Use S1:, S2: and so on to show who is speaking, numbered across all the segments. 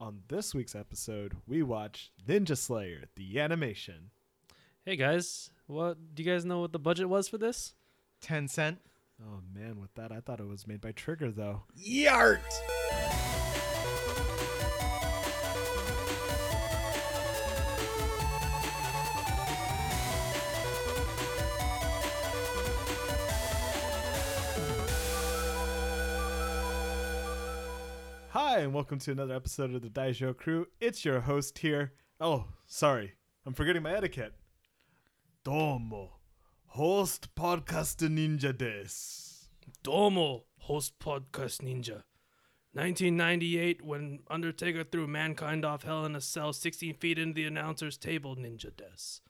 S1: On this week's episode, we watch Ninja Slayer, the animation.
S2: Hey guys, what do you guys know what the budget was for this?
S3: Ten cent.
S1: Oh man, with that, I thought it was made by Trigger though.
S3: Yart.
S1: Hi, and welcome to another episode of the Daisho Crew. It's your host here. Oh, sorry, I'm forgetting my etiquette. Domo, host podcast ninja des.
S4: Domo, host podcast ninja. 1998, when Undertaker threw mankind off Hell in a Cell 16 feet into the announcer's table, Ninja Des.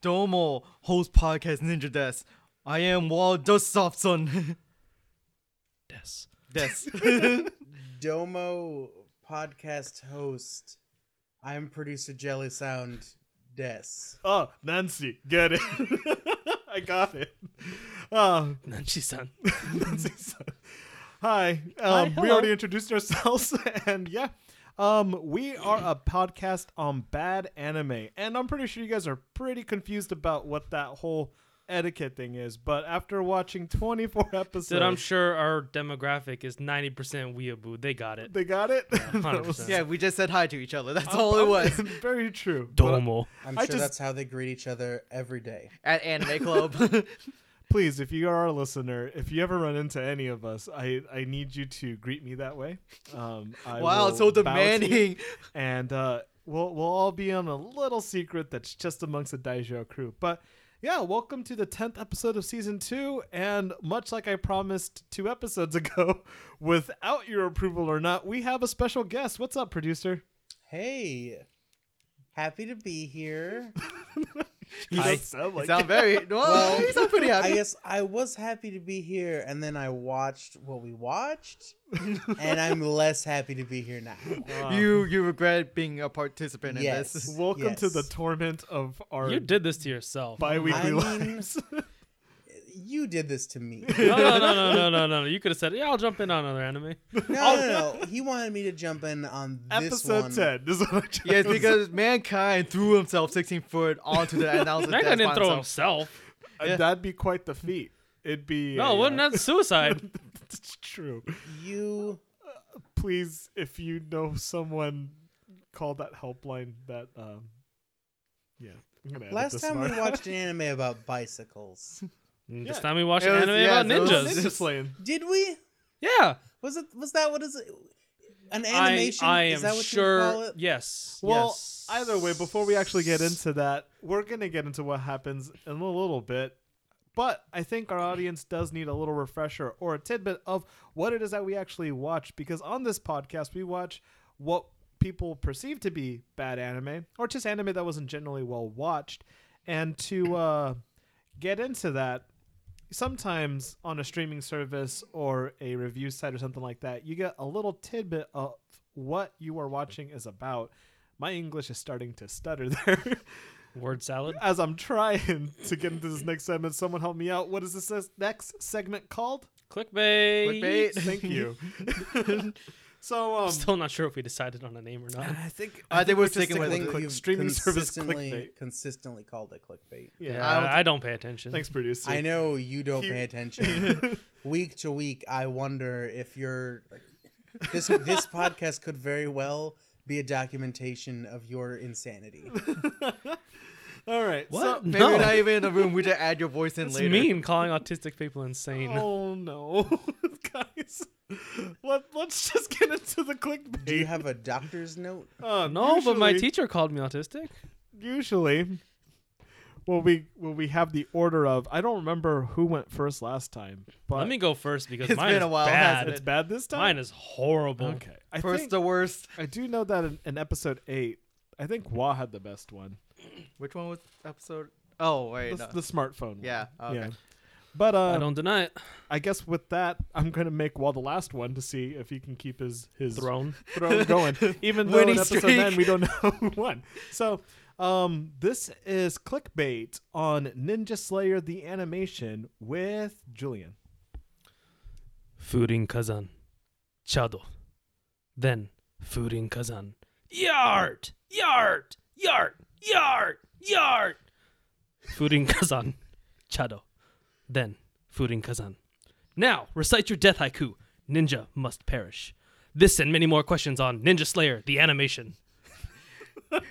S3: Domo, host podcast Ninja Des. I am Wall Dustsoftson.
S4: Des.
S3: Des.
S5: Domo podcast host. I'm producer Jelly Sound Des.
S1: Oh, Nancy, get it. I got it. Oh,
S4: Nanshi-san.
S1: Nancy-san. Hi. Um, we
S2: hello.
S1: already introduced ourselves, and yeah, um, we are a podcast on bad anime, and I'm pretty sure you guys are pretty confused about what that whole etiquette thing is. But after watching 24 episodes,
S2: Dude, I'm sure our demographic is 90% weeaboo. They got it.
S1: they got it.
S2: 100%.
S3: yeah, we just said hi to each other. That's all it was
S1: Very true. But uh,
S2: Domo.
S5: I'm
S1: I
S5: sure
S1: just-
S5: that's how they greet each other every day.
S3: at Anime Club.
S1: please, if you are a listener, if you ever run into any of us, I, I need you to greet me that way. Um, I
S3: wow,
S1: will bow
S3: so
S1: to you.
S3: demanding.
S1: and uh, we'll we'll all be on a little secret that's just amongst the Daijo crew. But yeah, welcome to the tenth episode of season two, and much like I promised two episodes ago, without your approval or not, we have a special guest. What's up, producer?
S5: Hey, happy to be here.
S1: You
S3: I-
S1: don't sound like
S3: sound very. Well, you sound pretty
S5: I
S3: happy.
S5: guess I was happy to be here, and then I watched what we watched, and I'm less happy to be here now.
S3: you you regret being a participant in this.
S5: Yes.
S1: welcome to the
S5: yes.
S1: torment of our
S2: You did this to yourself. No,
S1: bi-weekly
S5: I mean-
S1: lives.
S5: You did this to me.
S2: no, no, no, no, no, no. You could have said, yeah, I'll jump in on another anime.
S5: No, no, no. He wanted me to jump in on this
S1: Episode
S5: one.
S1: ten. This is what I
S3: Yes,
S1: chose.
S3: because mankind threw himself 16 foot onto the announcer's
S2: That guy
S3: desk
S2: didn't
S3: by
S2: throw
S3: himself.
S2: himself.
S1: Uh, that'd be quite the feat. It'd be
S2: No,
S1: a,
S2: wouldn't
S1: uh,
S2: that suicide?
S1: It's true.
S5: You
S1: please, if you know someone, call that helpline. That um, yeah. I'm gonna edit
S5: last
S1: this
S5: time we
S1: part.
S5: watched an anime about bicycles.
S1: Mm,
S2: This time we watched
S3: It
S2: an
S3: was-
S2: anime
S3: yeah,
S2: about
S3: it was
S2: ninjas.
S1: Ninja Slaying.
S5: Did we?
S2: Yeah.
S5: Was it? Was that what is it? An
S2: I,
S5: animation?
S2: I am
S5: is that what
S2: sure.
S5: you would call it?
S2: Yes.
S1: Well,
S2: yes.
S1: either way, before we actually get into that, we're gonna get into what happens in a little bit. But I think our audience does need a little refresher or a tidbit of what it is that we actually watch, because on this podcast we watch what people perceive to be bad anime or just anime that wasn't generally well watched, and to uh, get into that, sometimes on a streaming service or a review site or something like that, you get a little tidbit of what you are watching is about. My English is starting to stutter there
S2: Word salad.
S1: as I'm trying to get into this next segment. Someone help me out. What is this s- next segment called?
S2: Clickbait.
S3: Clickbait.
S1: Thank you. so, um,
S2: Still not sure if we decided on a name or not.
S1: I think
S3: I think we're
S1: just
S3: sticking
S5: I
S3: with
S1: with
S3: it.
S5: think
S1: click-
S5: you've
S1: streaming service
S5: consistently-
S1: clickbait.
S5: Consistently called it clickbait.
S1: Yeah.
S2: Yeah, I don't, I don't pay attention.
S1: Thanks, producer.
S5: I know you don't
S1: Here-
S5: pay attention. week to week, I wonder if you're. This this podcast could very well be a documentation of your insanity.
S1: All right.
S2: What?
S1: So,
S3: Maybe
S2: No.
S3: we're not even in the room. We just add your voice in
S2: It's
S3: later.
S2: mean calling autistic people insane.
S1: oh no, guys. Let, let's just get into the clickbait.
S5: Do you have a doctor's note?
S1: Uh,
S2: No, but my
S1: usually-
S2: teacher called me autistic.
S1: Usually, well, we well we have the order of. I don't remember who went first last time, but
S2: Let me go first because
S3: It's
S2: mine
S3: been
S2: is
S3: a while,
S2: bad.
S3: hasn't
S1: it's bad this time.
S2: Mine is horrible.
S1: okay. I
S3: First
S1: think,
S3: the worst.
S1: I do know that in, in episode eight, I think Wah had the best one,
S3: Which one was episode? Oh
S1: the,
S3: wait, no.
S1: the smartphone. one.
S3: yeah, okay.
S1: yeah. But uh,
S2: I
S1: I,
S2: don't deny it.
S1: guess with that, I'm gonna make Wah the last one to see if he can keep his his
S2: Throne.
S1: throne going. Even though in
S3: Winning
S1: episode
S3: streak.
S1: nine we don't know who won. So um, this is clickbait on Ninja Slayer the animation with Julian.
S2: Food in Kazan. Chado. Then food in Kazan.
S4: Yart! Yart! Yart! Yart! Yart! Furin Kazan. Chado. Then Furin Kazan. Now, recite your death haiku. Ninja must perish. This and many more questions on Ninja Slayer, the animation.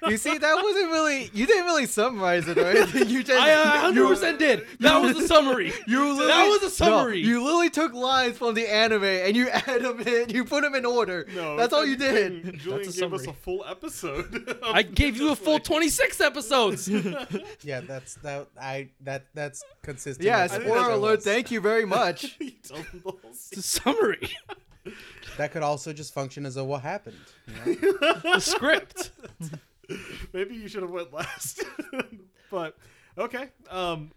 S3: You see, that wasn't really. You didn't really summarize it or anything. You just.
S4: I uh, 100% did. That was the summary.
S3: you literally,
S4: that was a
S3: no,
S4: summary.
S3: you literally took lines from the anime and you add them in. You put them in order.
S1: No,
S3: that's all you
S1: Julian-
S3: did.
S1: Julian
S4: That's a
S1: gave us a
S4: summary.
S1: full episode. of
S4: I gave you a
S1: Ninja
S4: full
S1: Slayer.
S4: 26 episodes.
S5: Yeah, that's that. I that that's consistent.
S3: Yeah,
S5: with what
S3: spoiler
S5: it
S3: alert.
S5: was.
S3: Thank you very much.
S1: He tumbles.
S4: It's a summary.
S5: That could also just function as a what happened. you know?
S4: The script.
S1: Maybe you should have went last. but okay. Um,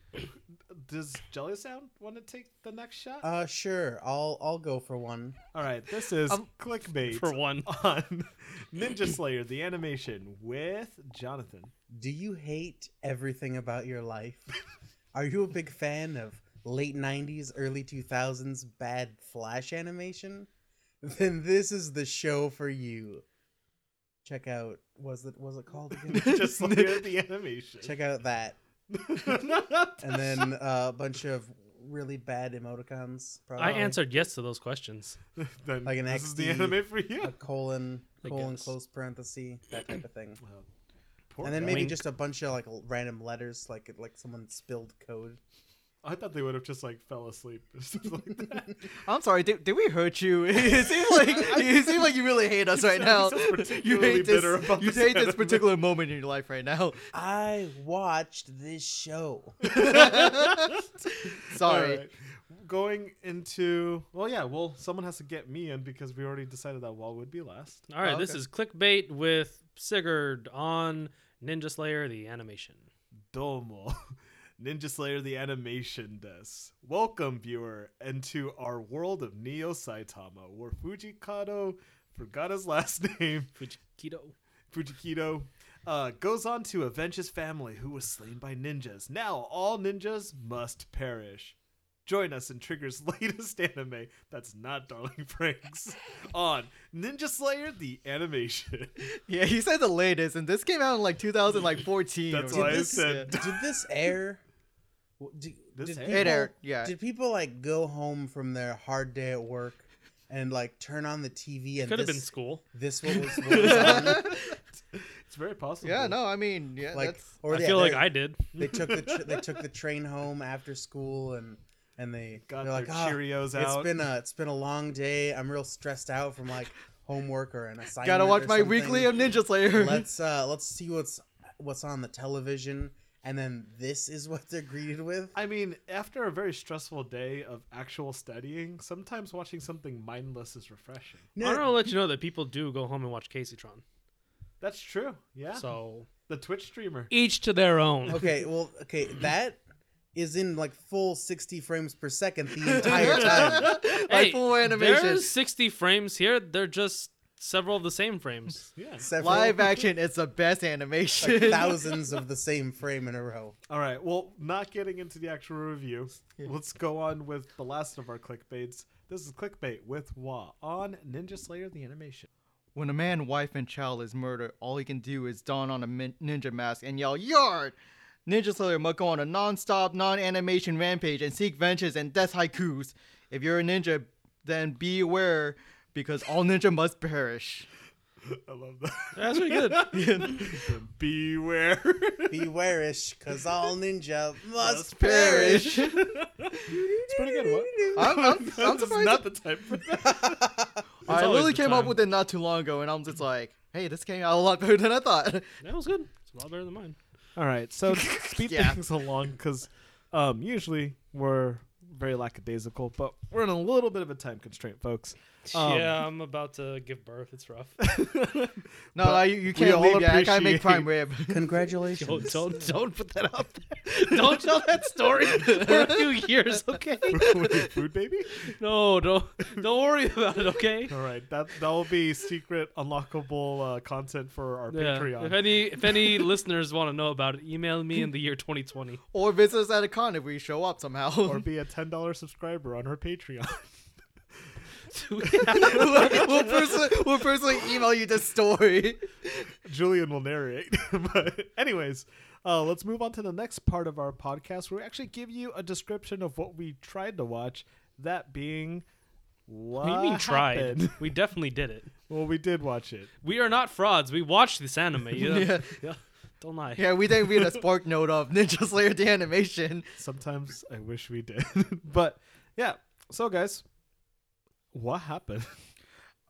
S1: does Jelly Sound want to take the next shot?
S5: Uh, sure. I'll I'll go for one.
S1: All right. This is
S5: um,
S1: clickbait
S4: For one.
S1: on Ninja Slayer the animation with Jonathan.
S5: Do you hate everything about your life? Are you a big fan of late '90s, early 2000s bad flash animation? Then this is the show for you. Check out was it was it called again?
S1: Ninja Slayer the animation.
S5: Check out that, and then uh, a bunch of really bad emoticons. Probably.
S4: I answered yes to those questions.
S1: Then
S5: Like an
S1: this is the
S5: XD.
S1: anime for
S5: a
S1: you.
S5: colon
S4: I
S5: colon
S4: guess.
S5: close parenthesis that type of thing.
S1: Poor
S5: and then
S1: guy.
S5: maybe
S4: Wink.
S5: just a bunch of like l- random letters, like like someone spilled code.
S1: I thought they would have just like fell asleep. or something like that.
S3: I'm sorry. Did, did we hurt you? It seems like it seems like you really hate us right now.
S1: sounds
S3: You
S1: particularly
S3: hate this.
S1: bitter about
S3: You
S1: this
S3: hate this
S1: anime.
S3: particular moment in your life right now.
S5: I watched this show.
S3: Sorry.
S1: Alright. Going into well, yeah. Well, someone has to get me in because we already decided that Wall would be last.
S4: All right,
S3: Oh,
S4: this
S3: okay.
S4: is clickbait with Sigurd on Ninja Slayer the animation.
S1: Domo. Ninja Slayer the animation desk. Welcome, viewer, into our world of Neo Saitama, where Fujikado forgot his last name,
S4: Fujikido.
S1: Fujikido, uh, goes on to avenge his family who was slain by ninjas. Now all ninjas must perish. Join us in Trigger's latest anime that's not Darling Franks on Ninja Slayer the animation.
S3: Yeah, he said the latest, and this came out in like 2014.
S1: That's
S3: or
S1: why I
S5: this-
S1: said
S5: Did this air? w- Did,
S1: This
S5: did
S1: air?
S5: people,
S3: It aired, yeah.
S5: Did people like go home from their hard day at work and like turn on the TV and
S4: Could have
S5: this,
S4: been school.
S5: this what was, what was on?
S1: it's very possible.
S3: Yeah, no, I mean, yeah,
S5: like
S3: that's
S5: or
S4: I
S5: yeah,
S4: feel like
S5: they-
S4: I did.
S5: they took the tr- they took the train home after school and and they
S1: Got
S5: they're
S1: their
S5: like "Ah,
S1: Cheerios
S5: It's
S1: out."
S5: been a it's been a long day. I'm real stressed out from like homework or an assignment.
S3: gotta watch
S5: or
S3: my
S5: something.
S3: weekly of Ninja Slayer.
S5: let's uh let's see what's what's on the television, and then this is what they're greeted with.
S1: I mean, after a very stressful day of actual studying, sometimes watching something mindless is refreshing.
S5: No,
S4: I want to let you know that people do go home and watch Caseytron.
S1: That's true. Yeah.
S4: So
S1: the Twitch streamer.
S4: each to their own.
S5: okay, well, okay, that is in like full 60 frames per second the entire time.
S3: like
S4: Hey,
S3: full animation,
S4: There's 60 frames here. They're just several of the same frames.
S1: Yeah.
S5: Several-
S3: live action. It's the best
S5: like,
S3: animation.
S5: thousands of the same frame in a row.
S1: All right. Well, not getting into the actual review, let's go on with the last of our clickbaits. This is clickbait with Wa on Ninja Slayer the animation.
S3: When a man, wife, and child is murdered, all he can do is don on a min- ninja mask and yell "Yard!" Ninja Slayer must go on a non-stop, non-animation rampage and seek vengeance and death haikus. If you're a ninja, then beware, because all ninja must perish.
S1: I love that.
S4: That's pretty good.
S1: Beware.
S5: Beware-ish, cause all ninja must perish.
S3: Perish.
S1: it's pretty good. What?
S3: I'm, I'm, I'm
S1: This is
S3: surprised.
S1: not the type for that.
S3: I
S4: always
S3: literally
S4: the
S3: came up
S4: time.
S3: with it not too long ago, and I'm just like, hey, this came out a lot better than I thought.
S4: that was good. It's a lot better than mine.
S1: All right. So to speed
S3: Yeah.
S1: things along because um, usually we're very lackadaisical, but we're in a little bit of a time constraint, folks. Um,
S4: yeah, I'm about to give birth. It's rough.
S3: No, no, you, you can't
S1: all
S3: leave yet. I gotta make
S1: appreciate-
S3: prime rib.
S5: Congratulations.
S4: Don't, don't don't put that out there. Don't tell that story for a few years, okay?
S1: With your food baby.
S4: No, don't don't worry about it, okay?
S1: All right, that that will be secret unlockable uh, content for our
S4: Yeah. If
S1: Patreon.
S4: any if any listeners want to know about it, email me in the year 2020.
S3: or visit us at a con if we show up somehow.
S1: or be a ten dollar subscriber on her Patreon.
S4: Do we have-
S3: we'll, personally, we'll personally email you the story.
S1: Julian will narrate. but anyways, uh, let's move on to the next part of our podcast where we actually give you a description of what we tried to watch. That being what
S4: What do you mean tried?
S1: happened?
S4: We definitely did it.
S1: well, we did watch it.
S4: We are not frauds. We watched this anime. Yeah. Yeah. Don't lie.
S3: Yeah, we didn't read a spark note of Ninja Slayer the animation.
S1: Sometimes I wish we did, but yeah. So guys, what happened?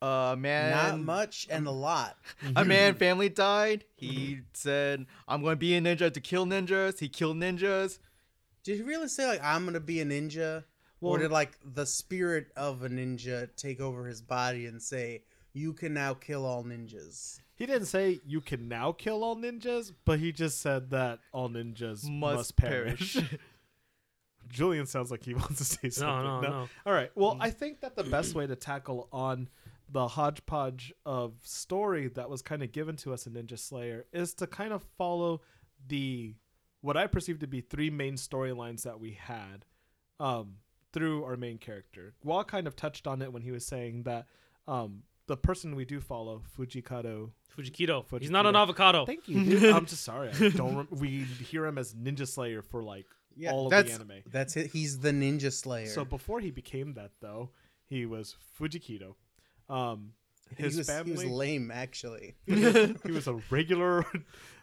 S3: Uh, man,
S5: Not much and a lot.
S3: a man family died. He said, "I'm going to be a ninja to kill ninjas." He killed ninjas.
S5: Did he really say like I'm gonna be a ninja? or did like the spirit of a ninja take over his body and say, You can now kill all ninjas?
S1: He didn't say you can now kill all ninjas, but he just said that all ninjas must,
S3: Must
S1: perish.
S3: perish.
S1: Julian sounds like he wants to say something.
S4: no, no. Mm.
S1: All right. Well, I think that the best way to tackle on the hodgepodge of story that was kind of given to us in Ninja Slayer is to kind of follow the what I perceive to be three main storylines that we had um, through our main character. Gua kind of touched on it when he was saying that um, the person we do follow, Fujikado
S4: Fujikito. He's not an
S1: Fujikito.
S4: avocado.
S1: Thank you. dude. I'm just sorry. I don't. Rem- we hear him as Ninja Slayer for like
S5: Yeah,
S1: all of
S3: that's-
S1: the anime.
S5: That's it. He's the ninja slayer.
S1: So before he became that, though, he was Fujikido. Um, his
S5: he, was,
S1: family.
S5: he was lame actually.
S1: he was a regular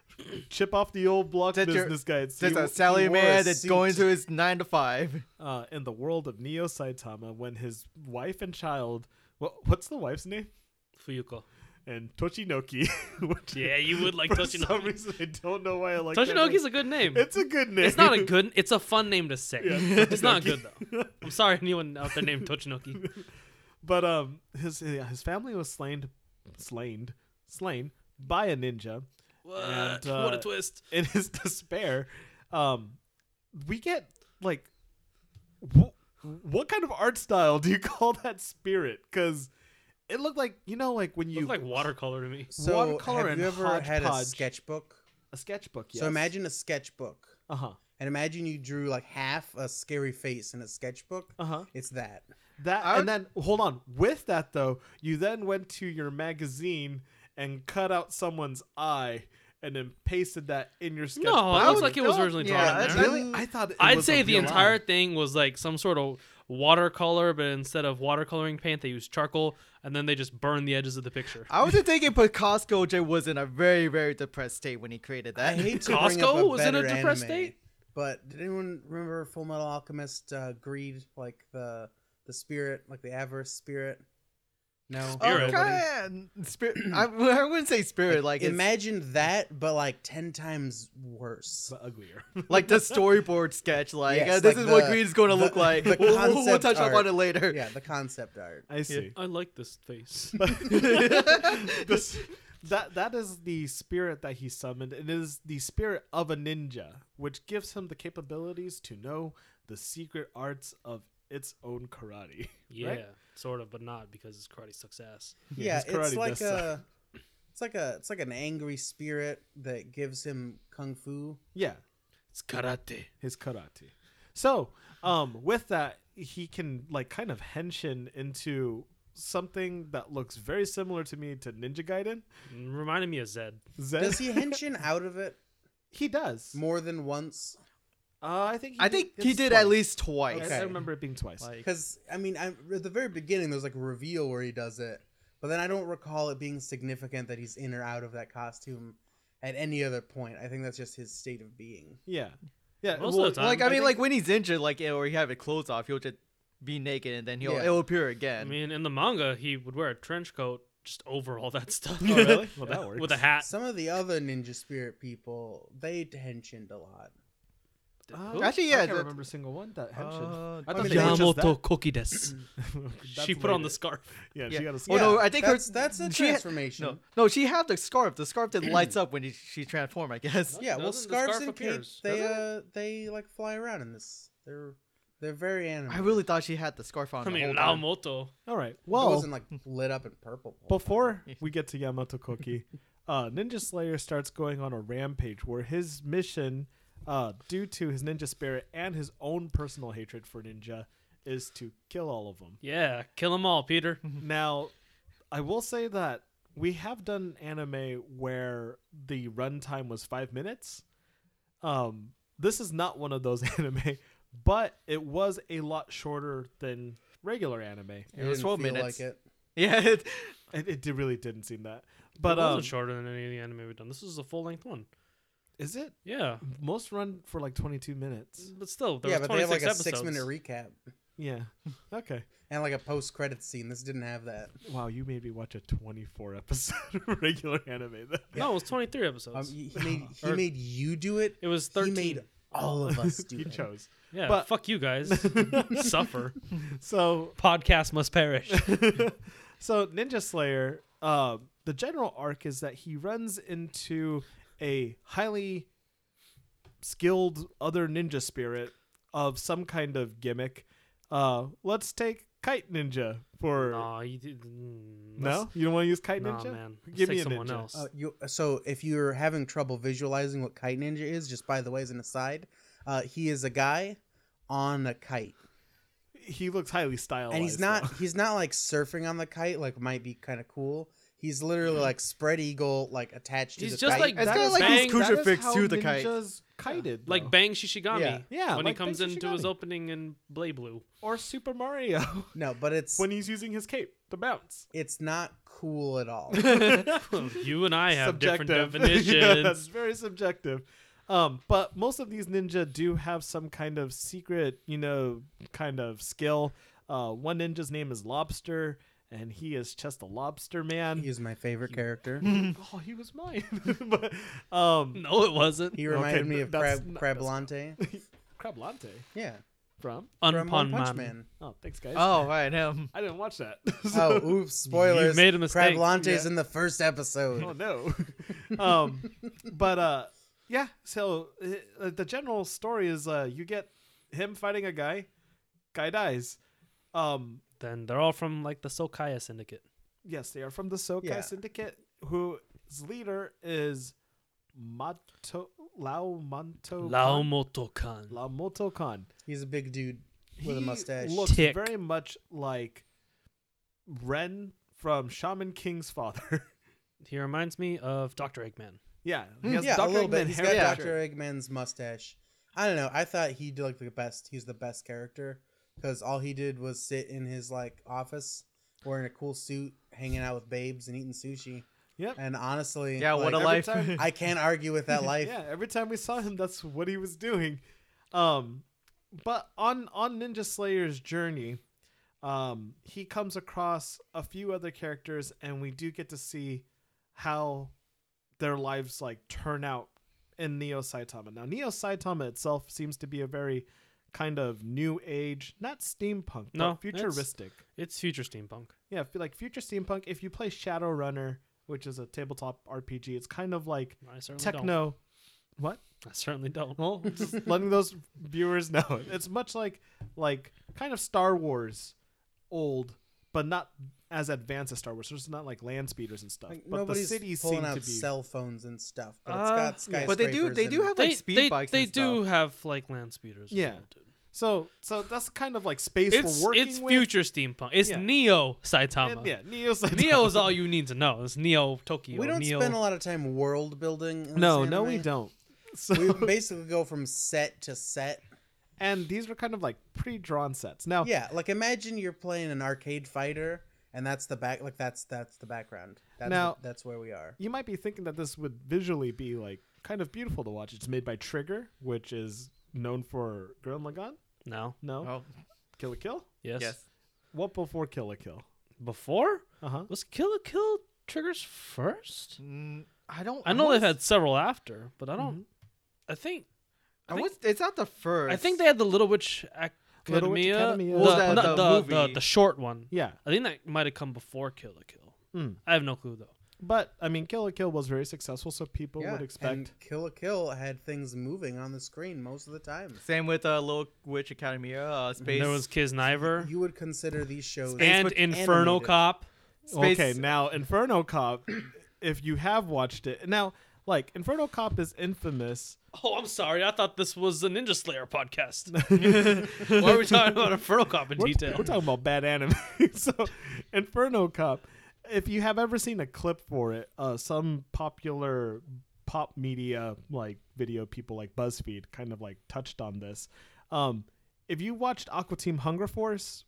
S1: chip off the old block
S3: That's your-
S1: business guy. at
S3: There's
S1: Sea-
S3: a salary
S5: wore a
S3: man that's
S5: suit.
S3: going to his nine to five.
S1: uh, in the world of Neo Saitama when his wife and child. What, what's the wife's name?
S4: Fuyuko.
S1: And Tochinoki. which-
S4: Yeah, you would like
S1: for some
S4: Toshinoki.
S1: reason, I don't know why I like that
S4: Toshinoki's
S1: name.
S4: a good name.
S1: It's a good name.
S4: It's not a good. It's a fun name to say.
S1: Yeah,
S4: It's not good though. I'm sorry, anyone out there named Tochinoki.
S1: But um, his yeah, his family was slain, slain, slain by a ninja.
S4: What?
S1: And,
S4: what a
S1: uh,
S4: twist!
S1: In his despair, um, we get like, wh- what kind of art style do you call that spirit? Because it looked like you know, like when you
S4: Looks like watercolor to me.
S5: So
S1: Watercolor
S5: have
S1: and
S5: you ever had a
S1: hodgepodge.
S5: sketchbook?
S1: a sketchbook. Yes.
S5: So imagine a sketchbook.
S1: Uh huh.
S5: And imagine you drew like half a scary face in a sketchbook.
S1: Uh huh.
S5: It's that.
S1: That
S3: I
S1: and then hold on. With that though, you then went to your magazine and cut out someone's eye and then pasted that in your sketchbook.
S4: No, it looks like it was
S3: no,
S4: originally
S3: yeah,
S4: drawn. in
S3: that's
S4: there.
S3: really-
S1: I thought it
S4: I'd
S1: was
S4: say
S1: a
S4: the
S1: real
S4: entire
S1: eye.
S4: thing was like some sort of watercolor, but instead of watercoloring paint, they used charcoal, and then they just burned the edges of the picture.
S3: I was just thinking Picasso J was in a very, very depressed state when he created
S5: I
S3: that.
S5: hate to bring up
S4: Costco
S5: a
S4: was in a
S5: better
S4: depressed
S5: anime,
S4: state?
S5: But did anyone remember Full Metal Alchemist uh, Greed, like the the spirit, like the adverse spirit? No.
S4: Spirit.
S5: Nobody?
S3: Okay. Oh, Spirit. I, I wouldn't say spirit. Like it's-
S5: Imagine that, but like ten times worse.
S1: But uglier.
S3: like the storyboard sketch. Like
S5: Yes,
S3: uh, this
S5: like
S3: is what
S5: the-
S3: Green is going to
S5: the-
S3: look like.
S5: the
S3: We'll, we'll- we'll
S5: concept
S3: touch up
S5: art.
S3: on it later.
S5: Yeah, the concept art.
S1: I see.
S4: I like this face.
S1: This- that that is the spirit that he summoned. It is the spirit of a ninja, which gives him the capabilities to know the secret arts of its own karate.
S4: Yeah,
S1: Right?
S4: sort of, but not because his karate sucks ass.
S5: Yeah,
S1: his
S5: it's
S1: karate
S5: like
S1: does
S5: a, it's like a, it's like an angry spirit that gives him kung fu.
S1: Yeah,
S4: It's karate.
S1: his karate. So, um, with that, he can like kind of henshin into something that looks very similar to me to Ninja Gaiden.
S4: Reminded me of Zed.
S1: Zen-
S5: Does he henshin out of it
S1: He does.
S5: more than once?
S1: Uh, I think. He
S3: I
S1: did-
S3: think he
S1: it's
S3: did
S1: twice.
S3: at least twice.
S1: I
S5: Okay.
S1: remember it being twice.
S4: Like,
S5: Because I mean, I, at the very beginning, there's like a reveal where he does it, but then I don't recall it being significant that he's in or out of that costume at any other point. I think that's just his state of being.
S1: yeah, yeah.
S4: Most of the time-
S3: Like I,
S4: I
S3: mean,
S4: think-
S3: like when he's injured, like eh, or he have it clothes off, he'll just be naked and then he'll
S5: Yeah.
S3: it'll appear
S4: I
S3: again.
S4: mean, in the manga, he would wear a trench coat just over all that stuff.
S1: Oh, really? Well, that
S4: Yeah,
S1: works.
S4: With a hat.
S5: Some of the other ninja spirit people, they tensioned a lot.
S1: Oh, I
S3: Actually, yeah,
S1: can't
S3: that-
S1: remember a single one that henshin.
S3: Uh,
S1: I
S3: okay.
S1: thought they were just that. Mm,
S4: Koki desu.
S1: That's
S4: she put on
S1: later.
S4: the scarf.
S1: Yeah,
S3: Yeah.
S1: she got a.
S3: Oh,
S1: scar-
S3: no, I think her-
S5: that's, that's a
S3: she had-
S5: transformation.
S3: No, no, she had the scarf. The scarf that lights up when he, she transformed. I guess.
S5: Yeah, well,
S4: Doesn't the scarf
S5: scarves and capes
S4: appears,
S5: they
S4: doesn't
S5: uh they like fly around in this. They're they're very anime.
S3: I really thought she had the scarf on.
S4: I
S3: the
S4: mean,
S3: whole time.
S4: Laomoto.
S1: All right.
S5: it
S1: Well,
S5: wasn't like lit up in purple.
S1: before we get to Yamato Koki, uh, Ninja Slayer starts going on a rampage where his mission, uh, due to his ninja spirit and his own personal hatred for ninja, is to kill all of them.
S4: Yeah, kill them all, Peter.
S1: Now, I will say that we have done anime where the runtime was five minutes. Um, this is not one of those anime, but it was a lot shorter than regular anime.
S3: It was
S5: didn't
S3: 12
S5: feel
S3: minutes.
S5: Like it.
S3: Yeah, it,
S1: It, it did- really didn't seem that.
S4: But
S1: But
S4: it wasn't
S1: um,
S4: shorter than any of the anime we've done. This is a full length one.
S1: is it
S4: Yeah,
S1: most run for like twenty two minutes?
S4: but still, there
S5: Yeah,
S4: was
S5: but they have
S4: 26
S5: like a
S4: episodes.
S5: six minute recap
S1: Yeah. Okay.
S5: and like a post credit scene. This didn't have that.
S1: Wow, you made me watch a twenty four episode regular anime. Then.
S4: No, it was 23
S5: Um,
S4: episodes.
S5: he he made he
S4: Or-
S5: made you do it.
S4: it was
S5: He
S4: 13.
S5: made all of us do
S1: you
S5: it.
S1: chose.
S4: yeah,
S1: but-
S4: fuck you guys. Suffer.
S1: So
S4: Podcast must perish.
S1: so Ninja Slayer, uh, the general arc is that he runs into a highly skilled other ninja spirit of some kind of gimmick. Uh, let's take Kite Ninja for
S4: no, you did, mm,
S1: no. You don't want to use Kite
S4: let's-
S1: Ninja?
S4: Nah, man. Let's
S1: Give
S4: take
S1: me a
S4: someone
S1: ninja.
S4: else.
S5: Uh, you, so if you're having trouble visualizing what Kite Ninja is, just by the way, as an aside, uh, he is a guy on a kite,
S1: He looks highly stylized,
S5: and he's not he's not like surfing on the kite, like might be kind of cool. He's literally like spread eagle, like attached
S4: He's
S5: to the
S4: just
S5: kite.
S4: like-
S3: it's
S4: That
S3: kind of
S4: is
S3: like
S4: bang.
S1: That
S3: these Cruiser
S1: is
S3: Fix
S1: how
S3: to the kite.
S1: ninjas kited
S4: like
S1: though.
S4: Bang Shishigami.
S5: Yeah.
S1: Yeah,
S4: when
S1: like
S4: he comes
S1: Bang
S4: into his
S1: Shishigami.
S4: opening in Blay Blue.
S1: or Super Mario
S5: no, but it's
S1: when he's using his cape to bounce.
S5: it's not cool at all.
S4: you and I have different
S1: Yeah, that's
S4: definitions.
S1: very subjective. Um, but most of these ninja do have some kind of secret, you know, kind of skill. Uh, one ninja's name is Lobster, and he is just a lobster man.
S5: He's my favorite character.
S1: oh, he was mine. but um,
S4: no, it wasn't.
S5: He reminded
S1: Okay,
S5: me
S1: th-
S5: of
S1: that's
S5: Crab
S1: not-
S5: Crablante.
S1: Crablante
S5: Yeah,
S1: from.
S5: from One Punch Man.
S1: Oh, thanks, guys.
S3: Oh, right, him.
S1: I didn't watch that.
S5: Oh,
S1: So-
S5: oops! Spoilers.
S4: made a mistake.
S5: Crablante's
S1: Yeah.
S5: in the first episode.
S1: oh no um but uh yeah so uh, the general story is uh you get him fighting a guy guy dies um
S4: Then they're all from like the Sokaya Syndicate.
S1: yes they are from the sokai
S5: Yeah.
S1: syndicate whose leader is mato lao monto
S4: Laomotokan.
S1: lao moto khan
S5: He's a big dude with a mustache.
S1: looks
S4: Tick.
S1: very much like ren from shaman king's father
S4: He reminds me of Doctor Eggman.
S1: yeah he has
S5: Hmm, yeah,
S1: Dr.
S5: a little
S1: Eggman
S5: bit. He's
S1: hair
S5: got
S1: texture.
S5: Doctor Eggman's mustache. I don't know. I thought he did like the best. He's the best character because all he did was sit in his like office wearing a cool suit, hanging out with babes, and eating sushi.
S1: Yep.
S5: And honestly,
S3: Yeah, what a
S5: like,
S1: every
S3: life.
S1: time-
S5: I can't argue with that life.
S1: yeah every time we saw him that's what he was doing um but on on ninja slayer's journey um he comes across a few other characters and we do get to see how their lives like turn out in neo saitama now neo saitama itself seems to be a very kind of new age not steampunk
S4: No,
S1: but
S4: it's-
S1: futuristic
S4: It's future steampunk.
S1: yeah, if you like future steampunk. If you play Shadowrunner, which is a tabletop RPG, it's kind of like
S4: I certainly don't.
S1: techno. What?
S4: I certainly don't.
S1: Well, just letting those viewers know, it's much like like kind of Star Wars, old, but not as advanced as Star Wars. There's not like land speeders and stuff.
S5: Like,
S1: but the
S5: nobody's
S1: cities
S5: pulling
S1: seem
S5: out
S1: to be.
S5: cell phones and stuff, but
S4: Uh,
S5: it's got
S1: yeah.
S5: skyscrapers.
S3: But they do, they do
S5: and-
S3: have
S4: They,
S3: like speed
S4: they,
S3: bikes.
S4: they
S3: and
S4: do
S3: stuff.
S4: have like land speeders. and
S1: Yeah.
S4: stuff, dude.
S1: so so that's kind of like space
S4: It's
S1: we're working
S4: it's
S1: with.
S4: future steampunk. It's
S1: Yeah.
S4: Neo Saitama.
S1: And, yeah, Neo's like,
S4: Neo is all you need to know. It's Neo Tokyo.
S5: We don't
S4: Neo.
S5: spend a lot of time world building. in
S1: No,
S5: this
S1: no, we
S5: anime.
S1: don't. So
S5: We basically go from set to set.
S1: and these were kind of like pre-drawn sets. Now,
S5: Yeah, like imagine you're playing an arcade fighter, and that's the back. Like that's that's the background. That's
S1: Now-
S5: that's where we are.
S1: you might be thinking that this would visually be like kind of beautiful to watch. It's made by Trigger, which is known for Gurren Lagann.
S4: no.
S1: No,
S3: Oh,
S1: Kill a Kill.
S4: Yes.
S3: yes.
S1: What before Kill a Kill?
S4: Before
S1: Uh
S5: Uh-huh.
S1: huh.
S4: was Kill a Kill triggers first?
S3: Mm, I don't.
S4: I know
S3: wanna
S4: they've had several after, but I don't. I think
S3: I
S4: think-
S3: was- it's not the first.
S4: I think they had the Little Witch Academia.
S1: Little Witch Academia.
S4: The,
S1: Was
S3: that
S4: not
S3: the
S4: the, the,
S3: movie?
S4: the short one.
S1: Yeah,
S4: I think that might have come before Kill a Kill.
S1: Mm.
S4: I have no clue though.
S1: but I mean, Kill a Kill was very successful, so people
S5: yeah,
S1: would expect.
S5: and Kill a Kill had things moving on the screen most of the time.
S3: Same with uh, Little Witch Academia, uh, Space.
S4: There was Kisniver
S5: You would consider these shows
S4: and
S5: animated.
S4: Inferno Cop.
S1: okay,
S3: Space-
S1: now Inferno Cop, if you have watched it, now Like Inferno Cop is infamous.
S4: Oh, I'm sorry. I thought this was a Ninja Slayer podcast. Why are we talking about a Furl Cop in
S1: We're,
S4: detail?
S1: we're talking about bad anime. so Inferno Cop, if you have ever seen a clip for it, uh, some popular pop media like video people like BuzzFeed kind of like touched on this. Um, if you watched Aqua Team Hunger Force,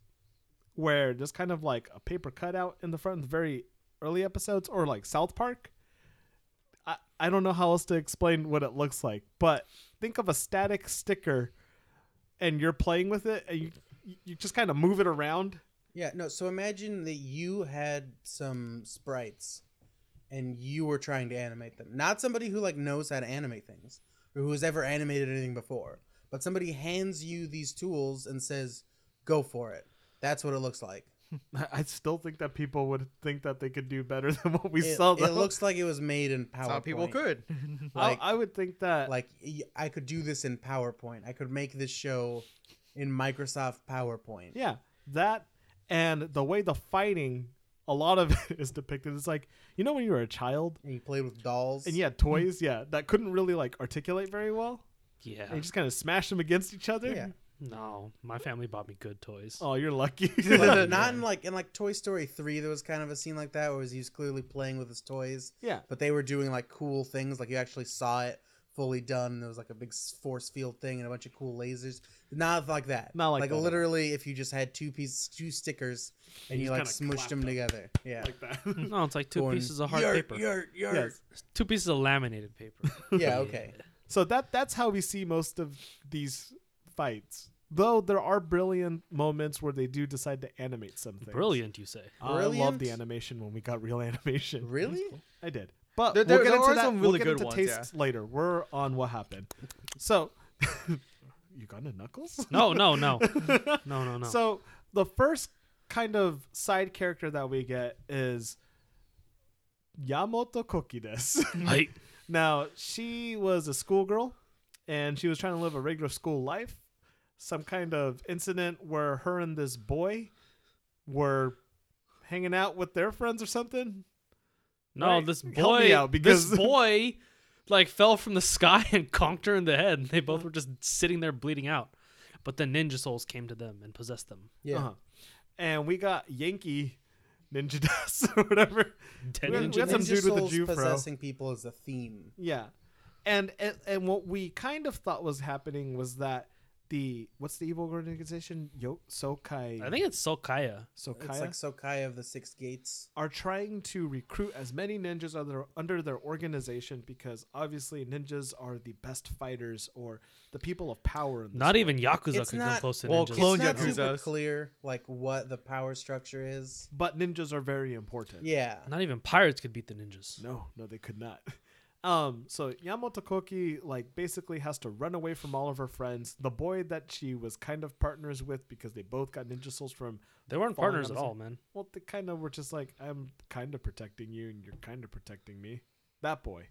S1: where there's kind of like a paper cutout in the front in the very early episodes, or like South Park. I, I don't know how else to explain what it looks like, but think of a static sticker and you're playing with it and you you just kind of move it around.
S5: Yeah, no, so imagine that you had some sprites and you were trying to animate them. Not somebody who like knows how to animate things or who has ever animated anything before, but somebody hands you these tools and says, "Go for it." That's what it looks like.
S1: I- I still think that people would think that they could do better than what we
S5: It,
S1: saw.
S5: it
S1: though.
S5: looks like it was made in PowerPoint.
S3: That's how people could.
S1: I-
S5: like-
S1: I, would think that
S5: Like y- I could do this in PowerPoint. I could make this show in Microsoft PowerPoint.
S1: yeah, that and the way the fighting, a lot of it is depicted. It's like you know when you were a child
S5: And you played with dolls.
S1: and you had toys, yeah, that couldn't really like articulate very well. And
S4: yeah.
S1: you just kind of smashed them against each other.
S5: Yeah.
S4: No, my family bought me good toys.
S1: Oh, you're lucky.
S5: But not in like in like Toy Story three, there was kind of a scene like that where he was clearly playing with his toys,
S1: yeah,
S5: but they were doing like cool things, like you actually saw it fully done. and There was like a big s- force field thing and a bunch of cool lasers. Not like that.
S1: Not like that.
S5: literally, if you just had two pieces, two stickers, and
S1: You
S5: you,
S1: just
S5: like
S1: kinda
S5: smushed them
S1: clapped
S5: together. Yeah,
S1: like that.
S4: No, it's like two
S5: Going,
S4: pieces of hard
S5: "Yurt,
S4: paper.
S5: yurt, yurt."
S1: yes.
S4: Two pieces of laminated paper.
S5: Yeah. Okay.
S1: So that that's how we see most of these fights. Though there are brilliant moments where they do decide to animate something.
S4: Brilliant, you say.
S1: I love
S5: Brilliant?
S1: the animation when we got real animation.
S5: Really?
S1: I did. But
S3: There-
S1: we'll
S3: there-
S1: get
S3: there
S1: into
S3: are
S1: that.
S3: some
S1: we'll
S3: really
S1: get
S3: good
S1: into
S3: ones,
S1: tastes later. We're on what happened. So, you got into knuckles?
S4: No, no, no. No, no, no.
S1: So the first kind of side character that we get is Yamato Koki desu.
S4: Right.
S1: Now, she was a schoolgirl and she was trying to live a regular school life. Some kind of incident where her and this boy were hanging out with their friends or something.
S4: No,
S1: Right.
S4: this
S1: Help
S4: boy,
S1: me out, because-
S4: this boy, like fell from the sky and conked her in the head. They both were just sitting there bleeding out. But then ninja souls came to them and possessed them.
S5: Yeah.
S1: Uh-huh. And we got Yankee Ninja Das or whatever.
S4: Dead
S1: We had-
S4: ninja.
S1: we had some
S5: Ninja
S1: dude with a
S5: Souls
S1: Jew fro.
S5: possessing people is the theme.
S1: Yeah. And, and and what we kind of thought was happening was that the what's the evil organization? Yo Sokai
S4: I think it's Solkaya.
S1: Sokaya
S5: It's like Sokai of the Six Gates.
S1: are trying to recruit as many ninjas under, under their organization because obviously ninjas are the best fighters or the people of power. In this
S4: Not
S1: world.
S4: even Yakuza
S5: It's
S4: could come
S5: not-
S4: close to
S3: well,
S4: ninjas.
S3: clone
S5: it's not
S3: Yakuza.
S5: super clear like what the power structure is.
S1: But ninjas are very important.
S5: Yeah.
S4: Not even pirates could beat the ninjas.
S1: No, no, they could not. Um, so Yamato Koki like basically has to run away from all of her friends. The boy that she was kind of partners with because they both got ninja souls from.
S4: They weren't
S1: Falling
S4: partners
S1: out
S4: at
S1: of
S4: all, man.
S1: Well, they kind of were just like, I'm kind of protecting you, and you're kind of protecting me. That boy,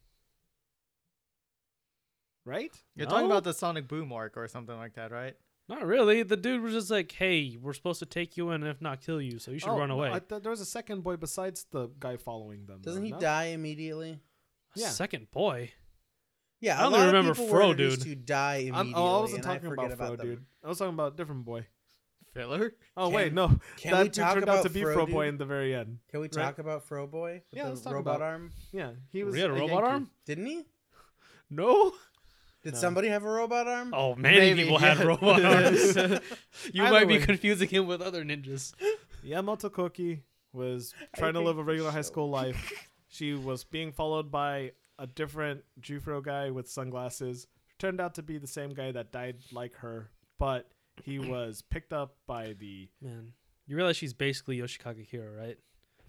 S1: right?
S3: You're talking
S4: No?
S3: about the Sonic Boom arc or something like that, right?
S4: Not really. The dude was just like, "Hey, we're supposed to take you in, and if not, kill you. So you should
S1: Oh,
S4: run
S1: no,
S4: away."
S1: I thought there was a second boy besides the guy following them.
S5: Doesn't
S1: though,
S5: he
S1: no?
S5: die immediately?
S1: yeah.
S4: Second boy.
S5: Yeah,
S4: I only remember Fro, dude.
S5: To die immediately.
S1: I'm, oh, I wasn't
S5: and I
S1: talking
S5: forget
S1: about Fro,
S5: them.
S1: dude. I was talking about a different boy.
S3: Filler?
S1: Oh
S5: Can-
S1: wait, no,
S5: can
S1: that
S5: we
S1: dude
S5: talk
S1: turned out
S5: about
S1: to be
S5: Fro,
S1: Fro boy
S5: dude?
S1: in the very end.
S5: Can we talk about Fro Boy? With
S1: Yeah,
S5: the
S1: let's talk
S5: robot
S1: about-
S5: arm.
S1: Yeah, he was.
S4: He had a
S1: a
S4: robot
S1: Yankee.
S4: arm?
S5: Didn't he?
S4: No.
S5: Did
S1: No.
S5: somebody have a robot arm?
S4: Oh, many
S3: Maybe,
S4: people
S3: yeah.
S4: had robot arms. you
S1: Either
S4: might be
S1: way.
S4: confusing him with other ninjas.
S1: Yamato Koki was trying to
S5: hate
S1: live a
S5: this
S1: regular high
S5: show.
S1: school life. she was being followed by a different Jufro guy with sunglasses. Turned out to be the same guy that died like her, but he was picked up by the
S4: Man, you realize she's basically Yoshikage Hira, right?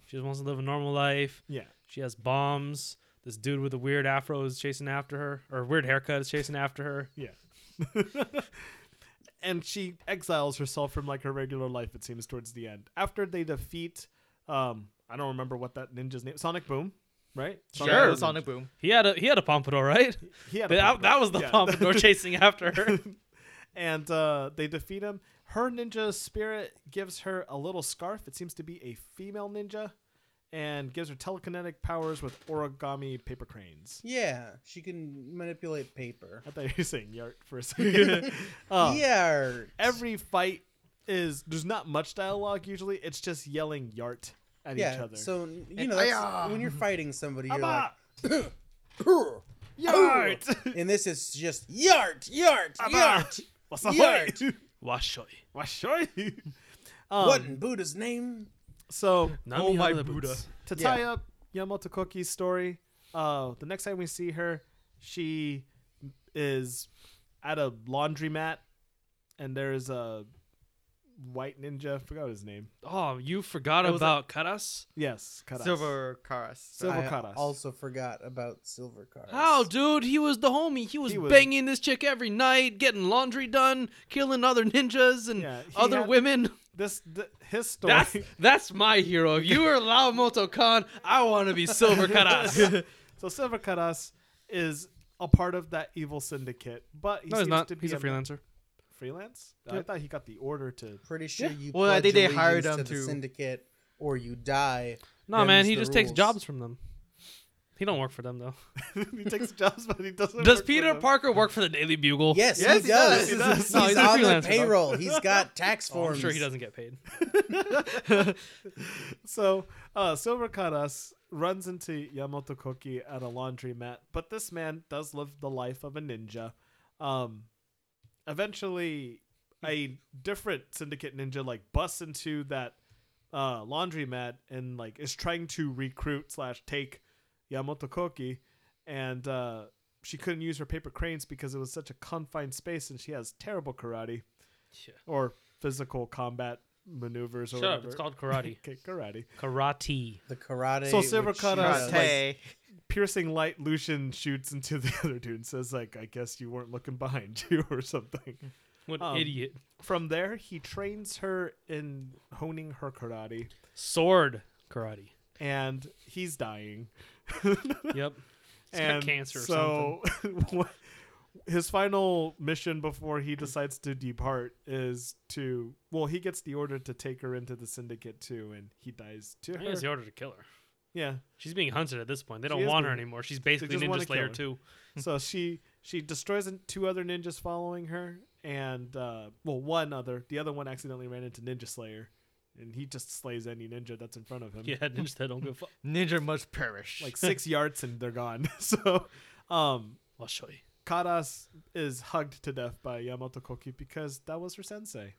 S4: She just wants to live a normal life.
S1: yeah.
S4: She has bombs. This dude with a weird afro is chasing after her, or weird haircut is chasing after her.
S1: Yeah. and she exiles herself from like her regular life, it seems, towards the end. After they defeat um I don't remember what that ninja's name Sonic Boom, right? Sonic
S3: Sure.
S1: Boom.
S3: Sonic Boom.
S4: He had a he had a pompadour, right?
S1: He had a
S4: That,
S1: pompadour.
S4: that was the
S1: Yeah.
S4: pompadour chasing after her.
S1: and uh, they defeat him. Her ninja spirit gives her a little scarf. It seems to be a female ninja, and gives her telekinetic powers with origami paper cranes.
S5: Yeah, she can manipulate paper.
S1: I thought you were saying yart for a second. Uh,
S5: Yart.
S1: Every fight is there's not much dialogue usually. It's just yelling yart at
S5: yeah.
S1: each other.
S5: So you
S1: And
S5: know that's,
S1: "Aya!"
S5: when you're fighting somebody, you're
S1: Abba!
S5: like,
S1: yart.
S5: and this is just yart, yart,
S1: Abba!
S5: yart.
S1: What's
S5: Yart.
S4: Washoi.
S1: Um,
S5: what in Buddha's name?
S1: So
S4: Nami
S3: Oh, my
S4: Hanabuts.
S3: Buddha.
S1: to
S5: Yeah.
S1: tie up Yamato Koki's story, uh, the next time we see her, she is at a laundromat, and there is a white ninja. forgot his name.
S4: Oh, you forgot
S3: It was a-
S4: about Karas?
S1: Yes, Karas.
S3: Silver Karas.
S1: Silver
S5: I
S1: Karas.
S5: also forgot about silver cars.
S4: How, dude? He was the homie. He was,
S1: He was-
S4: banging this chick every night, getting laundry done, killing other ninjas and
S1: Yeah, he
S4: other
S1: had-
S4: women.
S1: This th- his story.
S4: That's that's my hero. If you were Laomoto Khan, I want to be Silver Karas.
S1: so Silver Karas is a part of that evil syndicate, but he
S4: no, he's
S1: seems
S4: not.
S1: to be
S4: He's a freelancer.
S1: freelance. I
S4: Yep.
S1: thought he got the order to.
S5: Pretty sure you.
S3: Well, I
S5: pledge
S3: think they hired
S5: allegiance
S3: him
S5: to the
S3: to-
S5: syndicate, or you die.
S4: No, man,
S5: Them's
S4: he
S5: the
S4: just takes
S5: rules.
S4: jobs from them. He don't work for them though.
S1: he takes jobs, but he doesn't. work
S4: Does
S1: for
S4: Peter
S1: them.
S4: Parker work for the Daily Bugle?
S5: Yes,
S3: Yes,
S5: he,
S3: he
S5: does.
S3: does. He
S1: does.
S5: He's,
S4: No, he's a
S5: on the
S4: freelancer, dog.
S5: payroll. He's got tax
S4: Oh,
S5: forms.
S4: I'm sure he doesn't get paid.
S1: So, uh, Silver Karas runs into Yamato Koki at a laundromat, but this man does live the life of a ninja. Um, eventually, a different syndicate ninja like busts into that uh, laundromat and like is trying to recruit slash take Yamato Koki, and uh, she couldn't use her paper cranes because it was such a confined space, and she has terrible karate
S4: Yeah.
S1: or physical combat maneuvers or
S4: Shut up.
S1: whatever.
S4: It's called karate.
S1: okay, karate.
S4: karate.
S5: The karate.
S1: So Silver
S5: which she
S1: Karas,
S5: does.
S1: like-
S3: Karate.
S1: piercing light Lucian shoots into the other dude and says like I guess you weren't looking behind you or something.
S4: What
S1: Um,
S4: an idiot.
S1: From there he trains her in honing her karate
S4: Sword karate.
S1: and he's dying.
S4: Yep. He's
S1: and
S4: got cancer or something.
S1: so what- his final mission before he decides to depart is to well he gets the order to take her into the syndicate too and he dies to
S4: I think it's the
S1: her.
S4: order to kill her.
S1: Yeah.
S4: She's being hunted at this point. They
S1: She
S4: don't
S1: is
S4: want her
S1: being-
S4: anymore. She's basically
S1: just wanna
S4: Ninja
S1: kill
S4: Slayer
S1: her.
S4: too.
S1: so she she destroys n- two other ninjas following her and uh well one other the other one accidentally ran into ninja slayer and he just slays any ninja that's in front of him
S4: Yeah, Ninja Slayer don't give a fuck.
S3: Ninja must perish.
S1: like six yards and they're gone so um
S4: I'll show you.
S1: karas is hugged to death by yamato koki because that was her sensei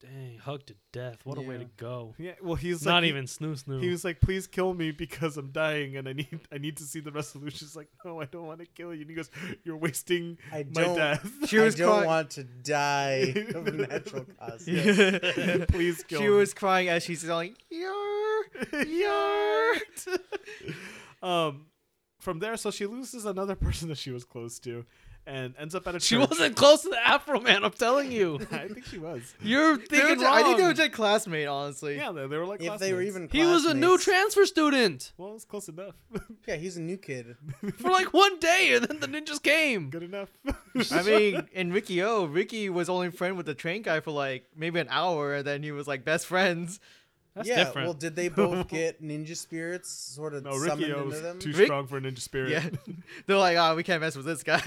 S4: Dang, hugged to death. What a way to
S3: Yeah.
S4: go.
S1: yeah well he's
S4: It's not
S1: like, he-
S4: even snoo snoo.
S1: he was like, "Please kill me because I'm dying and I need I need to see the resolution." She's like, "No, I don't want to kill you." And he goes, "You're wasting
S5: I
S1: my
S5: don't.
S1: death."
S3: she
S5: I
S3: was
S5: don't
S3: crying.
S5: want to die of natural causes.
S1: Please kill
S3: she
S1: me.
S3: was crying as she's like, "Yar, yar."
S1: um, from there, so she loses another person that she was close to, and ends up at a
S4: she
S1: church.
S4: wasn't close to the Afro Man, I'm telling you.
S1: I think she was.
S4: You're
S3: They were
S4: thinking
S3: ju- I think they were
S4: wrong.
S3: just classmate, honestly.
S1: Yeah, they, they were like
S5: If they were
S1: classmates.
S4: He
S5: even.
S4: was a new
S5: classmates-
S4: transfer student
S1: well, it's close enough,
S5: Yeah, he's a new kid.
S4: for like one day, and then the ninjas came.
S1: good enough.
S3: I mean, in Ricky O, Ricky was only friend with the train guy for like maybe an hour, and then he was like best friends.
S4: That's
S5: yeah.
S4: different.
S5: Well, did they both get ninja spirits sort of
S1: no,
S5: summoned
S1: Ricky O
S5: into
S1: was
S5: them?
S1: too
S3: Rick-
S1: strong for a ninja spirit.
S3: Yeah, they're like, "Ah, we can't mess with this guy."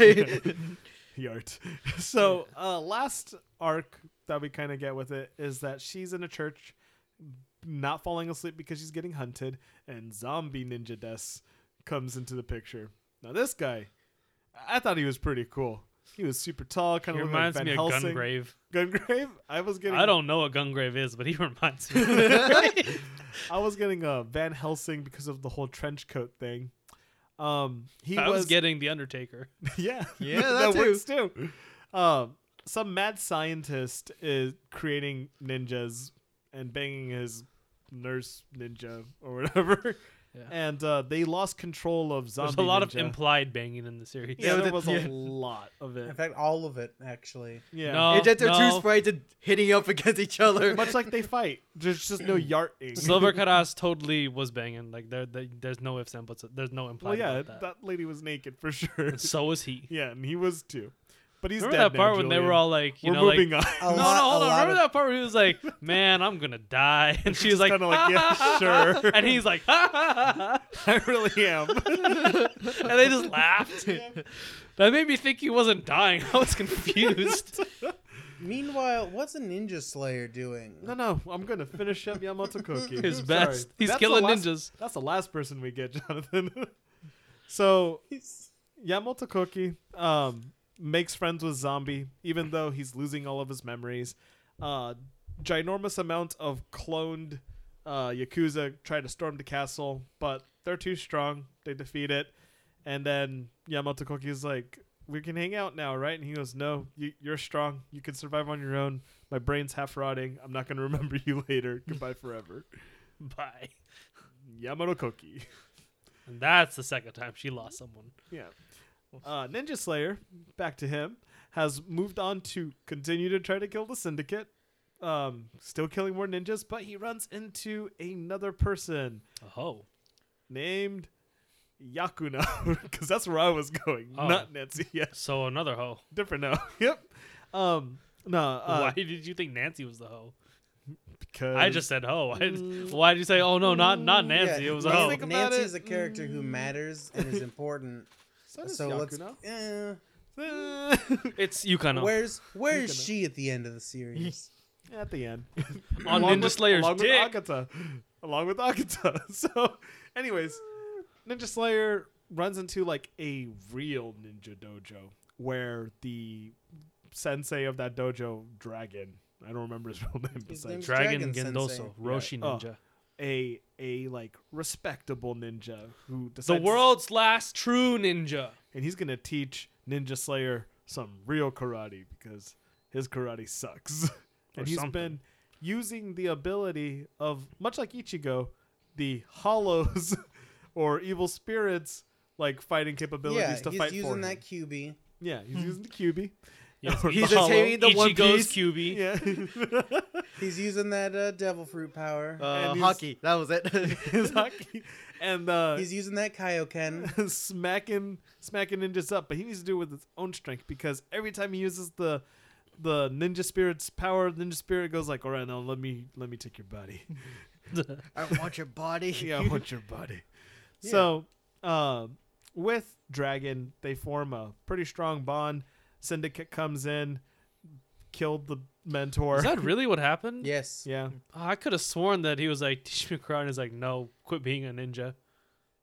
S1: Yart. So, uh, last arc that we kind of get with it is that she's in a church, not falling asleep because she's getting hunted, and zombie ninja Des comes into the picture. Now, this guy, I thought he was pretty cool. He was super tall, kind
S4: he
S1: of
S4: reminds
S1: like Van
S4: me of
S1: Helsing.
S4: Gungrave.
S1: Gungrave. I was getting.
S4: I don't know what Gungrave is, but he reminds me.
S1: I was getting a Van Helsing because of the whole trench coat thing. Um, he
S4: I was,
S1: was
S4: getting the Undertaker.
S1: Yeah,
S3: Yeah,
S1: that,
S3: that too.
S1: works too. Um, some mad scientist is creating ninjas and banging his nurse ninja or whatever,
S4: Yeah.
S1: and uh, they lost control of zombie.
S4: There's a lot of
S1: ninja.
S4: implied banging in the series.
S1: Yeah,
S3: Yeah,
S1: there
S3: that-
S1: was a
S3: yeah.
S1: lot of
S5: In
S1: it.
S5: fact, all of it actually.
S1: Yeah,
S4: No.
S3: it's just they're
S1: Oh,
S4: no.
S3: too sprite to hitting up against each other.
S1: much like they fight, there's just no yarting.
S4: Silver Karas totally was banging. Like there, there- there's no ifs and buts. There's no implied.
S1: well, yeah,
S4: about
S1: that.
S4: that.
S1: lady was naked for sure.
S4: And so was he.
S1: yeah, and he was too. But he's
S4: remember
S1: dead
S4: that part
S1: now,
S4: when they were
S1: Julian.
S4: all like, you
S1: We're
S4: know,
S1: moving
S4: like,
S1: on.
S4: No,
S5: A
S4: no,
S5: lot-
S4: hold
S5: a
S4: on.
S5: lot
S4: Remember
S5: of-
S4: that part where he was like, "Man, I'm gonna die," and she's like, "Ah."
S1: kinda like, "Yeah, sure."
S4: and he's like, "Ah,
S1: I really am.
S4: and they just laughed. That made me think he wasn't dying. I was confused.
S5: Meanwhile, what's a ninja slayer doing?
S1: no, no, I'm gonna finish up Yamato Cookie.
S4: His
S1: Sorry.
S4: best. He's
S1: That's the
S4: killing
S1: last-
S4: ninjas.
S1: That's the last person we get, Jonathan. so
S5: He's-
S1: Yamato Koki um, makes friends with Zombie, even though he's losing all of his memories. Uh, ginormous amount of cloned uh, Yakuza try to storm the castle, but they're too strong. They defeat it. And then Yamato Koki is like, We can hang out now, right? And he goes, No, you, you're strong. You can survive on your own. My brain's half rotting. I'm not going to remember you later. Goodbye forever.
S4: Bye.
S1: Yamato Koki.
S4: And that's the second time she lost someone.
S1: Yeah. Uh, Ninja Slayer, back to him, has moved on to continue to try to kill the syndicate. Um, still killing more ninjas, but he runs into another person
S4: Oh,
S1: named Yakuna, because that's where I was going,
S4: Oh.
S1: not Nancy. Yeah,
S4: so another hoe.
S1: different now. yep. Um, no, uh,
S4: why did you think Nancy was the hoe?
S1: because
S4: I just said hoe. Why, why did you say? Oh no, not not Nancy.
S5: Yeah,
S4: it was a
S1: let's
S4: hoe.
S1: think about
S5: Nancy
S1: it.
S5: is a character who matters and is important.
S1: so, does
S5: so let's.
S1: Yakuna.
S5: Eh,
S4: It's Yukano.
S5: where's where's
S1: Yukino.
S5: she at the end of the series?
S1: At the end,
S4: On
S1: Along
S4: Ninja
S1: with-
S4: Slayer's
S1: along
S4: dick.
S1: with Akata, along with Akata. So, anyways, Ninja Slayer runs into like a real ninja dojo where the sensei of that dojo, Dragon, I don't remember his real name
S5: His
S1: besides
S5: name's
S4: Dragon
S5: Dragon
S4: Gendoso,
S5: Sensei.
S4: Roshi
S1: Yeah. Oh.
S4: Ninja.
S1: a a like respectable ninja who
S4: The
S1: decides
S4: world's last true ninja.
S1: and he's gonna teach Ninja Slayer some real karate because his karate sucks. and he's been
S4: something.
S1: using the ability of much like Ichigo, the hollows or evil spirits like fighting capabilities
S5: Yeah,
S1: to
S5: he's
S1: fight for
S5: using
S1: him.
S5: that Hmm. QB.
S1: yeah, he's using the QB.
S4: Yes,
S1: Or
S4: he's
S1: the
S4: just
S1: hollow.
S4: hating the One
S3: Ichigo's
S4: Piece. QB.
S1: Yeah.
S5: He's using that uh, devil fruit power.
S3: Uh,
S1: And he's-
S3: hockey. That was it.
S1: His hockey. And uh
S5: He's using that Kaioken.
S1: smacking smacking ninjas up, but he needs to do it with his own strength because every time he uses the the ninja spirit's power, ninja spirit goes like, "All right, now let me let me take your body.
S3: I want your body.
S1: Yeah, I want your body." So, um, with Dragon, they form a pretty strong bond. Syndicate comes in, killed the mentor.
S4: Is that really what happened?
S5: Yes.
S1: yeah,
S4: Oh, I could have sworn that he was like, teach me karate. He's like, no, quit being a ninja.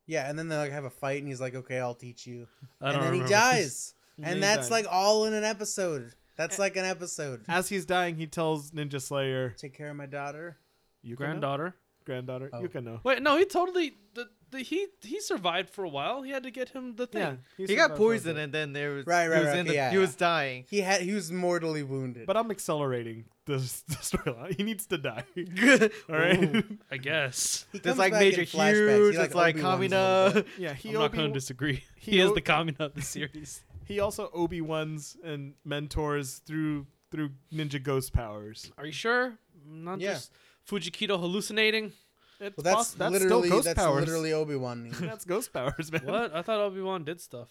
S5: Yeah, and then they like have a fight, and he's like, "Okay, I'll teach you,"
S4: I
S5: and
S4: don't
S5: then
S4: remember.
S5: he dies,
S1: then he
S5: and that's
S1: dies.
S5: like all in an episode. That's like an episode.
S1: as he's dying, he tells Ninja Slayer,
S5: Take care of my daughter.
S1: "You
S4: Granddaughter.
S1: granddaughter,
S5: Oh.
S1: you can know."
S4: Wait, no, he totally. The, the, he he survived for a while. He had to get him the thing.
S1: Yeah,
S3: He got poisoned and then there was
S5: Right, right,
S3: he was
S5: right,
S3: in the,
S5: yeah,
S3: he
S5: yeah.
S3: was dying.
S5: He had he was mortally wounded.
S1: But I'm accelerating this, this storyline. He needs to die. All right.
S5: Ooh.
S4: I guess.
S5: he comes
S3: There's like
S5: back in
S3: Major
S5: flashbacks. He,
S3: Hughes, it's like
S5: Obi-Wans a little bit.
S3: Kamina.
S1: yeah, he
S4: I'm not going
S1: Obi-
S4: to disagree. He,
S1: he
S4: is
S1: o-
S4: the common of the series.
S1: he also Obi Wan's and mentors through through ninja ghost powers.
S4: Are you sure? Not
S5: Yeah.
S4: just Fujikito hallucinating.
S1: It's
S5: Well, that's,
S1: poss- that's still
S5: literally
S1: ghost
S5: that's
S1: powers.
S5: literally Obi Wan.
S1: that's ghost powers, man. What?
S4: What? I thought Obi Wan did stuff.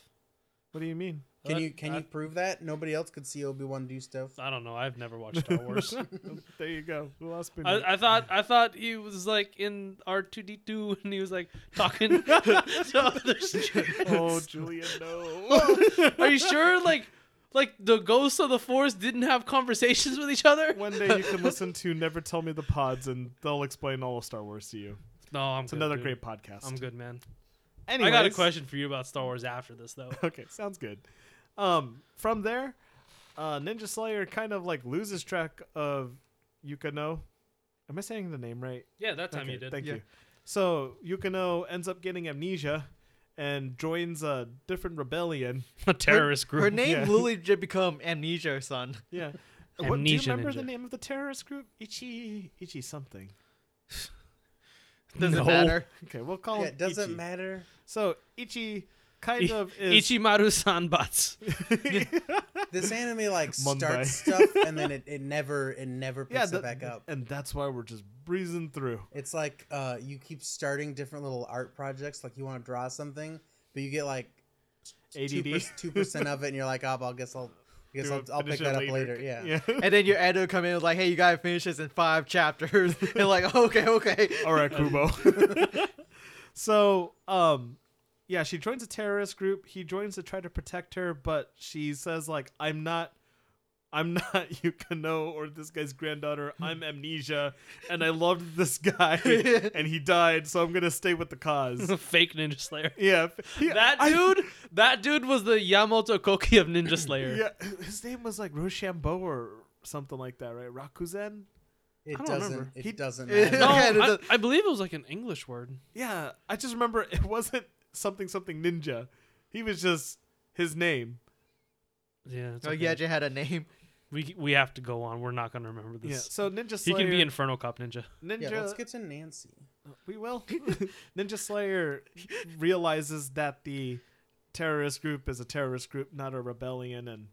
S1: do you mean?
S5: Can
S4: Uh,
S5: you can
S4: I-
S5: you prove that nobody else could see Obi Wan do stuff?
S4: I don't know. I've never watched Star Wars.
S1: Oh, there you go. The last bit.
S4: I, I thought I thought he was like in R two D two and he was like talking to others.
S1: oh, Julian, no.
S4: Are you sure? Like like the ghosts of the forest didn't have conversations with each other?
S1: One day you can listen to Never Tell Me the Pods, and they'll explain all of Star Wars to you.
S4: No, I'm
S1: It's
S4: good,
S1: another
S4: dude.
S1: great podcast.
S4: I'm good, man.
S1: Anyways,
S4: I got a question for you about Star Wars after this though.
S1: okay, sounds good. Um, from there, uh, Ninja Slayer kind of like loses track of Yukano. Am I saying the name right?
S4: Yeah, that time
S1: Okay,
S4: you did.
S1: Thank
S3: Yeah.
S1: you. So Yukino ends up getting amnesia and joins a different rebellion.
S4: A terrorist
S3: Her
S4: group.
S3: name
S1: Yeah.
S3: literally did become Amnesia, son.
S1: Yeah. what, do you
S4: Amnesia
S1: remember the
S4: Ninja.
S1: name of the terrorist group? Ichi Ichi something.
S3: Doesn't
S4: No.
S3: matter.
S1: Okay, we'll call
S5: Yeah,
S1: him
S5: it doesn't
S1: Ichi.
S5: matter.
S1: So Ichi kind
S4: I-
S1: of is
S4: Ichimaru Sanbatsu.
S5: This anime like
S1: Monday.
S5: starts stuff and then it, it never it never picks
S1: yeah,
S5: it
S1: that-
S5: back up.
S1: and that's why we're just breezing through.
S5: It's like uh, you keep starting different little art projects. Like you want to draw something, but you get like
S1: ADD.
S5: two percent of it, and you're like, "Oh, well, I guess I'll because
S1: do
S5: I'll,
S1: it-
S5: I'll
S1: finish
S5: pick
S1: it
S5: that up later. Yeah.
S3: And then your editor come in and like, hey, you gotta finish this in five chapters. and like, okay, okay.
S4: Oh,
S1: All right, Kubo. so, um, yeah, she joins a terrorist group. He joins to try to protect her, but she says like, "I'm not." I'm not Yukino or this guy's granddaughter. I'm amnesia, and I loved this guy, and he died, so I'm gonna stay with the cause.
S4: Fake Ninja Slayer.
S1: Yeah, yeah,
S4: That
S1: I-
S4: dude, that dude was the Yamato Koki of Ninja Slayer.
S1: Yeah, his name was like Rochambeau or something like that, right? Rakuzen.
S5: It
S1: don't
S5: doesn't.
S1: remember.
S5: It
S1: He-
S5: doesn't
S3: Yeah.
S5: matter.
S4: No,
S3: Okay,
S4: I,
S3: the-
S4: I believe it was like an English word.
S1: Yeah, I just remember it wasn't something something ninja. He was just his name.
S4: Yeah. it's
S3: Oh,
S4: okay.
S3: yeah, you had a name.
S4: We we have to go on. We're not gonna remember
S1: Yeah.
S4: this.
S1: So Ninja
S4: he
S1: Slayer.
S4: can be Inferno Cop Ninja.
S1: Ninja.
S5: Yeah, let's get to Nancy.
S1: we will. Ninja Slayer realizes that the terrorist group is a terrorist group, not a rebellion, and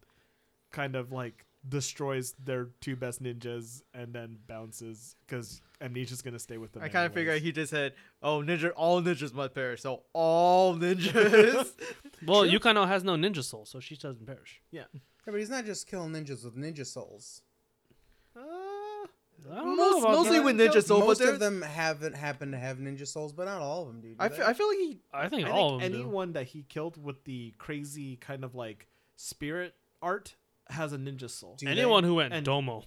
S1: kind of like destroys their two best ninjas and then bounces because Amnesia's gonna stay with them.
S3: I kind of
S1: anyways.
S3: figure he just said, "Oh, ninja, all ninjas must perish." So all ninjas.
S4: Well, Yukano has no ninja soul, so she doesn't perish.
S5: Yeah, but he's not just killing ninjas with ninja souls.
S1: Uh,
S4: I don't know
S3: Most,
S4: about
S3: mostly
S4: that.
S3: with ninja soul,
S5: Most
S3: but
S5: of
S3: there's-
S5: them haven't happened to have ninja souls, but not all of them do. do
S3: I
S5: they?
S3: fe- I feel like he
S4: I think
S1: I
S4: all
S1: think
S4: of them. do.
S1: anyone that he killed with the crazy kind of like spirit art has a ninja soul.
S5: Do they?
S4: Anyone who went
S1: And-
S4: Domo,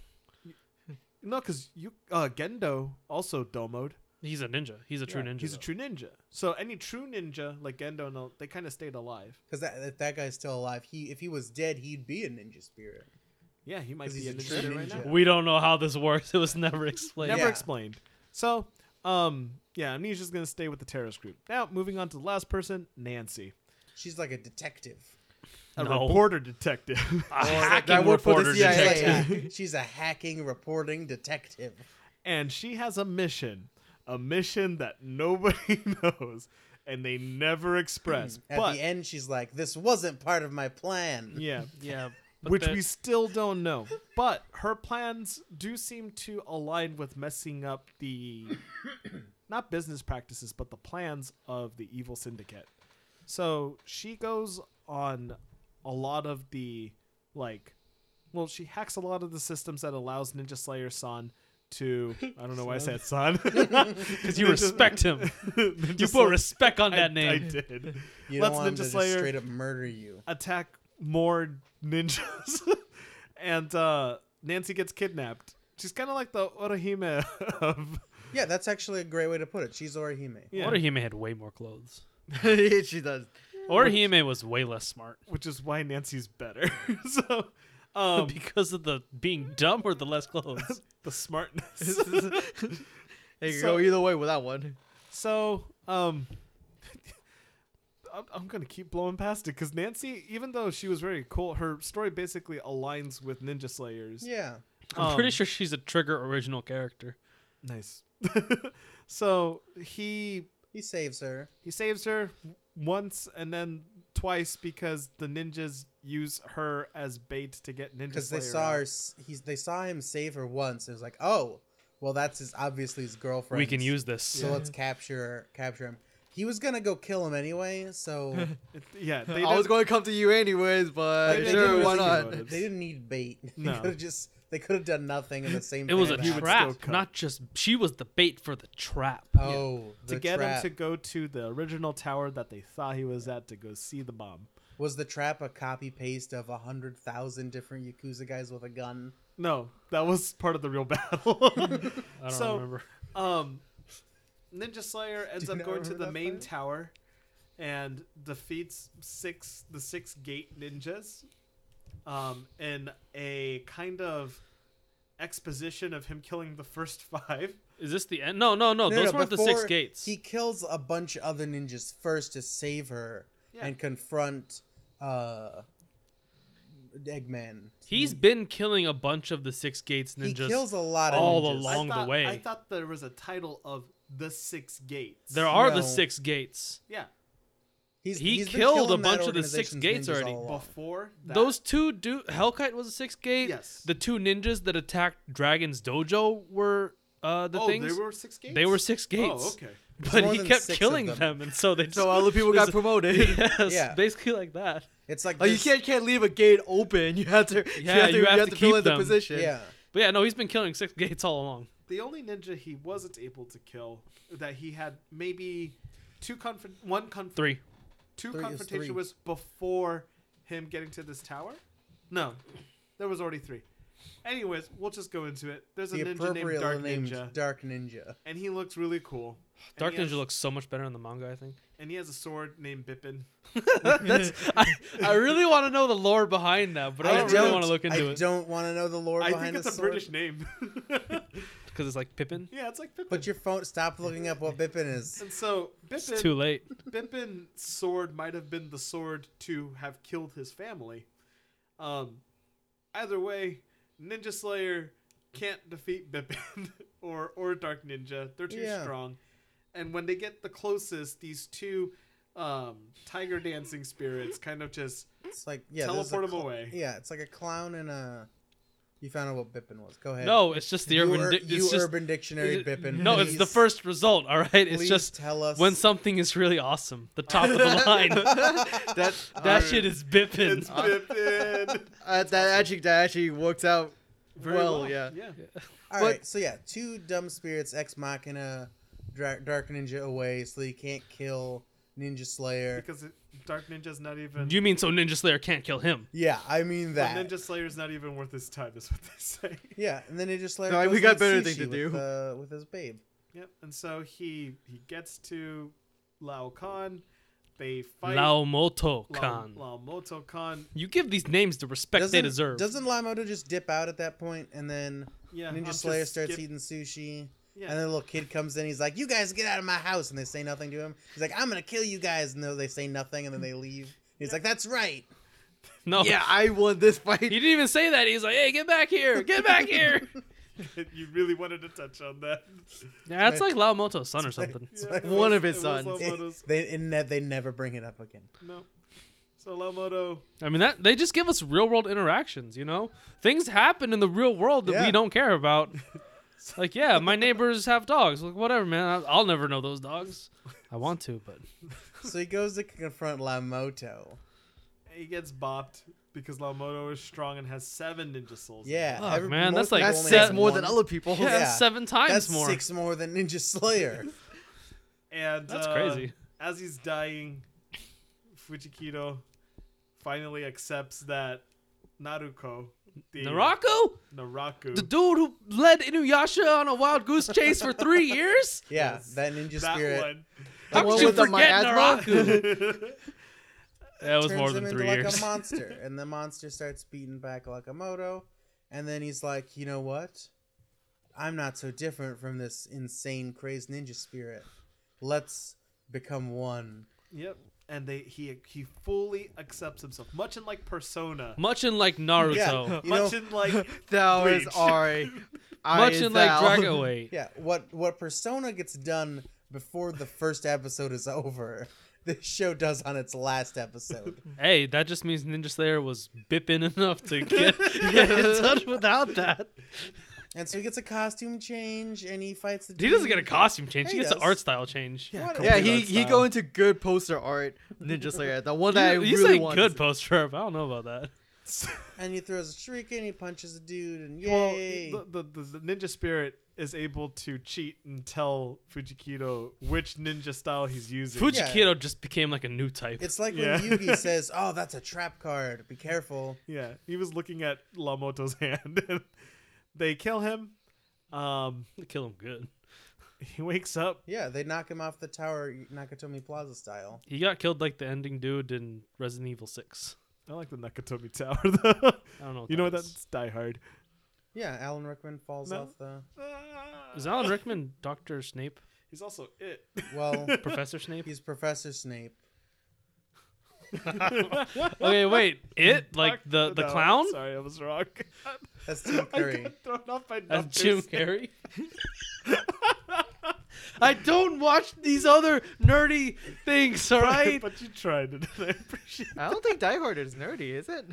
S1: No, because you uh, Gendo also domoed.
S4: he's a ninja. He's a true ninja.
S1: He's a
S4: though.
S1: true ninja. So any true ninja like Gendo, and all- they kind of stayed alive.
S5: Because that, if that guy's still alive, he if he was dead, he'd be a ninja spirit.
S1: Yeah, he might
S5: 'Cause
S1: be
S5: he's
S1: a
S5: a
S1: ninja,
S5: true
S1: right
S5: ninja.
S1: now.
S4: We don't know how this works. It was never explained.
S1: Never
S5: Yeah.
S1: explained. So, um, yeah, Amnesia's gonna stay with the terrorist group. Now, moving on to the last person, Nancy,
S5: She's like a detective.
S1: a
S4: No. Ah.
S1: reporter detective,
S4: A
S3: that
S4: hacking
S3: worked for the
S4: reporter
S5: She's,
S3: CIA.
S5: like
S4: detective.
S5: a, she's a hacking, reporting detective.
S1: and she has a mission, a mission that nobody knows, and they never express.
S5: Hmm, At
S1: but
S5: the end, she's like, "This wasn't part of my plan."
S1: yeah,
S4: Yeah,
S1: which
S4: the-
S1: we still don't know. But her plans do seem to align with messing up the not business practices, but the plans of the evil syndicate. So she goes on a lot of the like well, she hacks a lot of the systems that allows Ninja Slayer San to I don't know why I said San.
S4: because you respect him. You put respect on that
S1: I
S4: name.
S1: did.
S5: you don't
S1: Let's
S5: want them to
S1: Ninja
S5: just
S1: Slayer
S5: straight up murder you.
S1: attack more ninjas and uh Nancy gets kidnapped. She's kind of like the Orihime of
S5: Yeah, that's actually a great way to put it. She's Orihime.
S1: yeah,
S4: Orihime had way more clothes.
S3: she does.
S4: Orihime was way less smart
S1: which is why Nancy's better. so um
S4: because of the being dumb or the less clothes.
S1: the smartness.
S3: It could
S1: So-
S3: go either way with that one.
S1: so um I'm, I'm gonna keep blowing past it because Nancy, even though she was very cool, her story basically aligns with Ninja Slayers.
S5: Yeah.
S4: I'm
S1: Um,
S4: pretty sure she's a Trigger original character.
S1: Nice. so he
S5: He saves her.
S1: He saves her once and then twice because the ninjas use her as bait to get ninjas.
S5: because they saw her, s- he's, they saw him save her once. It was like, oh, well, that's his obviously his girlfriend.
S4: We can use this.
S5: So let's capture capture him. He was gonna go kill him anyway, so
S1: yeah, they
S3: I was
S1: didn't-
S3: going to come to you anyways, but
S1: They- they
S3: sure,
S1: didn't
S3: why
S1: really
S3: not?
S1: do it.
S5: they didn't need bait. They
S1: No.
S5: could have just they could have done nothing in the same.
S4: It was a
S5: thing would
S1: still
S4: trap,
S1: cut.
S4: not just. She was the bait for the trap.
S5: Oh, the
S1: to get
S5: trap.
S1: him to go to the original tower that they thought he was at to go see the bomb.
S5: was the trap a copy paste of a hundred thousand different yakuza guys with a gun?
S1: No, that was part of the real battle.
S4: I don't
S1: so,
S4: remember.
S1: um, Ninja Slayer ends
S5: you
S1: up
S5: not
S1: going to
S5: remember
S1: the
S5: that
S1: main
S5: fight?
S1: tower and defeats six the six gate ninjas um, in a kind of exposition of him killing the first five.
S4: Is this the end? No, no, no.
S5: No, no,
S4: those
S5: no,
S4: weren't the six
S5: before
S4: gates.
S5: He kills a bunch of other ninjas first to save her
S1: Yeah.
S5: and confront uh, Eggman.
S4: He's been killing a bunch of the six gates
S5: He
S4: ninjas.
S5: kills a lot of
S4: all
S5: ninjas.
S4: along.
S1: I
S4: the
S1: thought,
S4: way.
S1: I thought there was a title of the six gates.
S4: there are the
S5: No.
S4: six gates.
S1: yeah.
S5: He's,
S4: He
S5: he's been
S4: killed
S5: killing
S4: a bunch
S5: that
S4: of the six gates
S5: organization's ninjas
S4: already.
S5: all along.
S1: Before that,
S4: Those two do Hellkite was a six gate.
S1: Yes.
S4: The two ninjas that attacked Dragon's dojo were uh the
S1: oh,
S4: things.
S1: they were six gates.
S4: They were six gates.
S1: Oh, okay.
S5: There's
S4: But
S5: more
S4: he
S5: than
S4: kept
S5: six of
S4: killing them.
S5: them.
S4: and so they just
S3: So other people
S4: there's-
S3: got promoted.
S4: Yes,
S5: Yeah.
S4: basically like that.
S5: It's like
S3: Like Oh, you
S5: this-
S3: can't can't leave a gate open. You have to.
S4: Yeah,
S3: you have to,
S4: you have to
S3: fill
S4: keep
S3: in the
S4: them.
S3: position.
S5: Yeah.
S4: But yeah, no, he's been killing six gates all along.
S1: the only ninja he wasn't able to kill that he had maybe two confront one conf-
S4: Three.
S1: two
S5: Three is three.
S1: confrontation was before him getting to this tower. No, there was already three. Anyways, we'll just go into it. There's a
S5: The
S1: ninja named Dark
S5: appropriate named
S1: Ninja,
S5: Dark Ninja.
S1: and he looks really cool. And
S4: Dark
S1: he has-
S4: Ninja looks so much better in the manga, I think.
S1: and he has a sword named Bippin.
S4: That's I, I really want to know the lore behind that, but I, don't really want to look into
S5: I
S4: it
S5: don't want to know the lore
S1: I
S5: behind
S1: think it's
S5: the
S1: a
S5: sword.
S1: British name.
S4: because it's like Pippin.
S1: yeah, it's like Pippin.
S5: But your phone. Stop looking up what Bippin is.
S1: and so Bippin,
S4: It's too late.
S1: Bippin's sword might have been the sword to have killed his family. Um, either way, Ninja Slayer can't defeat Bippin or or Dark Ninja. They're too
S5: Yeah.
S1: strong. And when they get the closest, these two um, tiger dancing spirits kind of just
S5: It's like yeah, there's a
S1: teleport him
S5: cl-
S1: away.
S5: Yeah, it's like a clown and a. You found out what Bippin was. Go ahead.
S4: No, it's just the
S5: you,
S4: urban.
S5: Ur-
S4: Di-
S5: you
S4: it's just,
S5: Urban Dictionary
S4: it-
S5: Bippin.
S4: No, it's the
S5: please-
S4: first result. All right, it's
S5: please
S4: just
S5: tell us
S4: when something is really awesome, the top of the line.
S3: that
S4: that shit is Bippin.
S1: It's Bippin.
S3: uh, that actually that actually works out
S1: Very
S3: well, Yeah.
S1: yeah.
S5: All
S3: But-
S5: right, so yeah, two dumb spirits ex machina, dra- dark ninja away, so you can't kill Ninja Slayer.
S1: Because it, Dark Ninja's not even.
S4: You mean so Ninja Slayer can't kill him?
S5: Yeah, I mean that.
S1: Ninja Slayer's not even worth his time, is what they say.
S5: yeah, and then Ninja Slayer.
S3: No,
S5: goes
S3: we got
S5: on
S3: better
S5: sushi
S3: things to
S5: with,
S3: do.
S5: uh, with his babe.
S1: Yep. And so he he gets to Lao Khan. They fight
S4: Laomoto
S1: Lao-
S4: Khan.
S1: Lao Moto Khan.
S4: You give these names the respect they
S5: Doesn't-
S4: deserve.
S5: Doesn't Lamoto just dip out at that point, and then
S1: Yeah. I'm
S5: Ninja
S1: just
S5: Slayer starts
S1: skip-
S5: eating sushi,
S1: Yeah.
S5: and then a little kid comes in. He's like, "You guys get out of my house!" And they say nothing to him. He's like, "I'm gonna kill you guys!" No, they say nothing, and then they leave. He's like, "That's right."
S4: no,
S3: Yeah, I won this fight.
S4: Oh. he didn't even say that. He's like, "Hey, get back here! Get back here!"
S1: you really wanted to touch on that.
S4: Yeah, that's like Laomoto's son or something.
S5: It's
S1: Yeah,
S5: like-
S1: it
S3: One
S1: was-
S3: of his
S1: it was
S3: sons.
S1: Lao Moto's-
S5: they it ne- they never bring it up again.
S1: no. So Lao Moto.
S4: I mean, that they just give us real world interactions. You know, things happen in the real world that
S5: Yeah.
S4: we don't care about. like, yeah, my neighbors have dogs. Like, whatever, man. I- I'll never know those dogs. I want to, but
S5: So he goes to confront Lamoto.
S1: He gets bopped because Lao Moto is strong and has seven ninja souls. in
S5: Yeah,
S4: Fuck, man,
S5: most
S4: that's like
S5: people
S3: That's
S5: only
S3: six
S5: have
S3: more
S5: one.
S3: than other people.
S4: yeah,
S5: Oh, Yeah.
S4: seven times
S5: That's
S4: more.
S5: six more than Ninja Slayer.
S1: him. And
S4: That's
S1: uh,
S4: crazy.
S1: As he's dying, Fujikido finally accepts that Naruko,
S5: Uh,
S1: the
S4: Narako,
S1: Naraku,
S4: the dude who led Inuyasha on a wild goose chase for three years.
S5: Yeah,
S1: Yes.
S5: that ninja
S1: that
S5: spirit
S1: one.
S4: How
S3: one
S4: could you
S3: with the
S4: forget
S3: miasma?
S4: Naraku? That was
S5: turns
S4: more
S5: him
S4: than
S5: into
S4: three
S5: like
S4: years.
S5: a monster, and the monster starts beating back Lakamoto, and then he's like, you know what? I'm not so different from this insane, crazed ninja spirit. Let's become one.
S1: Yep. And they he he fully accepts himself, much in like Persona,
S4: Much in like Naruto.
S5: Yeah, you know,
S1: much in like
S3: Thou is
S1: Bleach.
S3: Ari. I
S4: Much
S3: is
S4: in like
S3: thou.
S4: Dragon Wait.
S5: yeah. What what Persona gets done before the first episode is over, this show does on its last episode.
S4: Hey, that just means Ninja Slayer was bipping enough to get, get in touch without that.
S5: And so he gets a costume change and he fights the
S4: He doesn't get a costume change.
S5: He
S4: he gets an
S5: does.
S4: art style change.
S5: Yeah,
S3: Yeah, he he go into good poster art Ninja Slayer. The one that
S4: you,
S3: I
S4: you
S3: really
S4: say
S3: want.
S4: good poster art, but I don't know about that.
S5: and he throws a shuriken, he punches a dude, and
S1: well,
S5: yay!
S1: the, the, the, the ninja spirit is able to cheat and tell Fujikido which ninja style he's using.
S5: Yeah.
S4: Fujikido just became like a new type.
S5: it's like
S1: Yeah.
S5: when Yugi says, "Oh, that's a trap card. Be careful."
S1: yeah, he was looking at Lamoto's hand. and they kill him. Um,
S4: Kill him good.
S1: he wakes up.
S5: Yeah, they knock him off the tower, Nakatomi Plaza style.
S4: He got killed like the ending dude in Resident Evil Six.
S1: I like the Nakatomi Tower though.
S4: I
S5: Oh,
S4: don't know. What
S1: you know what?
S4: that is.
S1: That's Die Hard.
S5: Yeah, Alan Rickman falls
S1: No.
S5: off the.
S4: Is Alan Rickman Doctor Snape,
S1: He's also it.
S5: Well,
S4: Professor Snape?
S5: he's Professor Snape. Oh.
S4: Okay, wait. It like the the
S1: No,
S4: clown?
S1: Sorry, I was wrong.
S5: That's Tim
S1: I
S5: Curry.
S1: got thrown off by
S4: That's
S1: Dr.
S4: Jim
S1: Seuss.
S4: Carrey. I don't watch these other nerdy things, all right?
S1: but you tried it. and I appreciate it.
S3: I don't think Die Hard is nerdy, is it?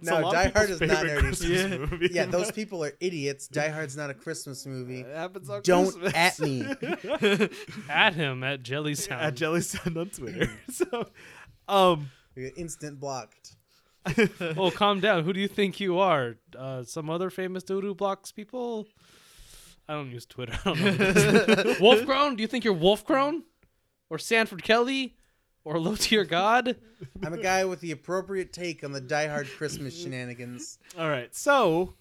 S1: It's a
S5: No,
S1: lot
S5: Die
S1: of
S5: Hard is
S1: people's
S5: not
S1: favorite
S5: nerdy.
S1: Christmas movie.
S5: Yeah, those people are idiots. Die Hard's not a Christmas movie.
S1: It happens on
S5: Don't
S1: Christmas.
S5: at me.
S4: at him at Jelly Sound.
S1: at Jelly Sound on Twitter. so, um,
S5: We get instant blocked.
S4: oh, calm down. Who do you think you are? Uh, some other famous dude who blocks people? I don't use Twitter. I don't know. Wolfgrown? Do you think you're Wolfgrown? Or Sanford Kelly? Or low tier god?
S5: I'm a guy with the appropriate take on the Die Hard Christmas shenanigans.
S1: All right. So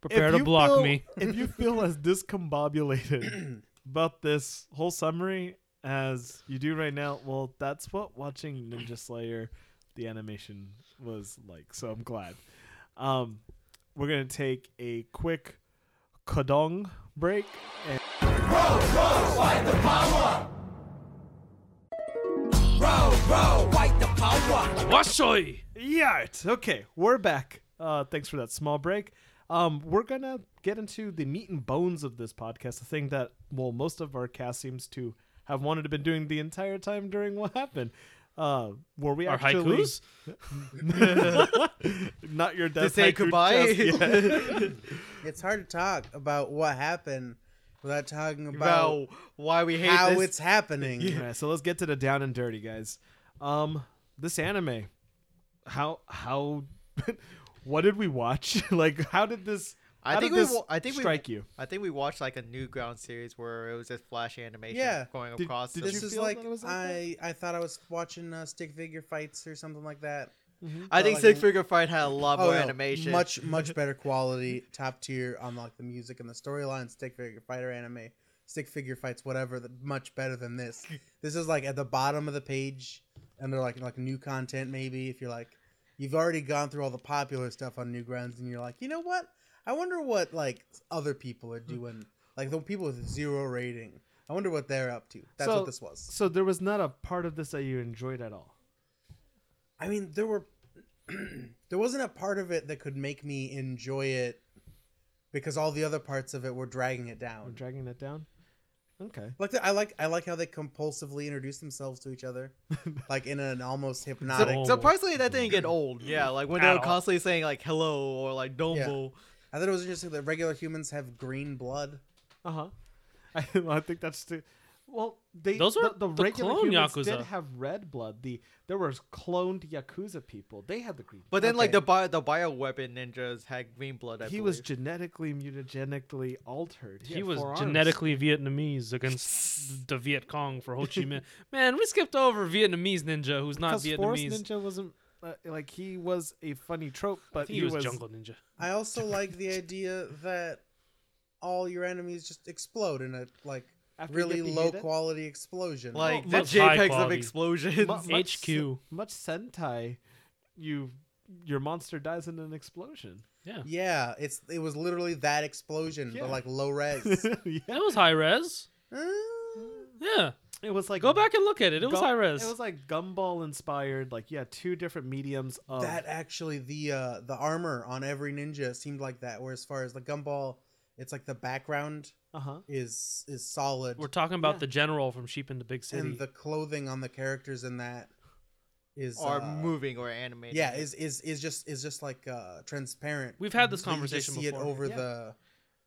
S4: Prepare
S1: if
S4: to
S1: you
S4: block
S1: feel-
S4: me.
S1: if you feel as discombobulated about this whole summary as you do right now, well, that's what watching Ninja Slayer, the animation, was like. So I'm glad. Um, we're gonna take a quick kadong break. And-
S4: Washoi!
S1: Yart. Okay, we're back. Uh, thanks for that small break. Um, we're gonna get into the meat and bones of this podcast, the thing that well, most of our cast seems to have wanted to been doing the entire time during what happened. Uh, where we
S4: Our
S1: actually
S4: haikus?
S1: not your death
S3: To say
S1: haiku
S3: goodbye?
S1: just yet.
S5: It's hard to talk about what happened without talking about,
S3: About why we hate
S5: how
S3: this.
S5: it's happening.
S1: Alright, so let's get to the down and dirty, guys. Um, this anime, how how, what did we watch? like, how did this?
S3: I
S1: how
S3: think
S1: did
S3: we
S1: this
S3: wa- I think we-
S1: strike you.
S3: I think we watched like a Newground series where it was just flash animation
S5: Yeah.
S3: going
S1: Did-
S3: across.
S1: did
S3: the-
S5: This
S1: you
S5: is
S1: feel
S5: like,
S1: that it was like
S5: I, I thought I was watching uh, stick figure fights or something like that.
S3: I think
S5: like
S3: Six
S5: a-
S3: Figure Fight had a lot more
S5: no,
S3: animation.
S5: much much better quality, top tier on like the music and the storyline. Stick figure fighter anime, stick figure fights, whatever. The, much better than this. This is like at the bottom of the page, and they're like like new content maybe. If you're like, you've already gone through all the popular stuff on Newgrounds, and you're like, you know what? I wonder what like other people
S3: Hmm.
S5: are doing. Like the people with zero rating. I wonder what they're up to. That's
S1: So-
S5: what this was.
S1: So there was not a part of this that you enjoyed at all.
S5: I mean, there were there wasn't a part of it that could make me enjoy it because all the other parts of it were dragging it
S1: I'm
S5: down.
S1: dragging that down. Okay.
S5: Like the, I like I like how they compulsively introduce themselves to each other, like in an almost hypnotic.
S4: Oh.
S3: Surprisingly, that didn't get old. Yeah, like when they
S4: At
S3: were
S4: all.
S3: constantly saying like hello or like "dombo."
S5: I thought it was interesting that regular humans have green blood.
S1: Uh huh. I, well, I think that's the. Well, they
S4: Those
S1: the,
S4: were
S1: the
S4: the
S1: regular
S4: clone
S1: humans did
S4: Yakuza.
S1: have red blood. The there was cloned yakuza people. They had the green.
S3: But then like
S5: Okay.
S3: the bio the bioweapon ninjas had green blood. I
S1: he
S3: believe.
S1: was genetically mutagenically altered.
S4: He
S1: had
S4: was
S1: four arms.
S4: genetically Vietnamese against the Viet Cong for Ho Chi Minh. Man, we skipped over Vietnamese ninja who's not
S1: because Forest
S4: Vietnamese.
S1: Ninja wasn't uh, like he was a funny trope,
S4: I
S1: but
S4: think he, was, jungle ninja.
S5: I also like the idea that all your enemies just explode in a like
S1: After you
S5: really
S1: get
S5: low
S1: beheated?
S5: quality explosion.
S3: like
S4: Well,
S3: the
S4: much high
S3: JPEGs of
S4: quality.
S3: explosions.
S1: mu- much se-
S4: HQ.
S1: much Sentai. You your monster dies in an explosion.
S5: yeah, it's it was literally that explosion,
S1: Yeah.
S5: but like low res.
S1: yeah.
S4: It was high res.
S5: Uh,
S4: Yeah.
S1: It was like
S4: Go back and look at it. It was
S1: gum-
S4: high res.
S1: It was like gumball inspired. Like yeah, two different mediums of
S5: that actually the uh the armor on every ninja seemed like that where as far as the gumball it's like the background
S1: Uh huh.
S5: is is solid
S4: We're talking about
S1: Yeah.
S4: the general from Sheep in the Big City.
S5: and the clothing on the characters in that is
S3: or
S5: uh,
S3: moving or animated.
S5: yeah is is is just is just like uh transparent
S4: We've had this
S5: So you just
S4: conversation
S5: see
S4: before.
S5: it over
S1: Yeah.
S5: the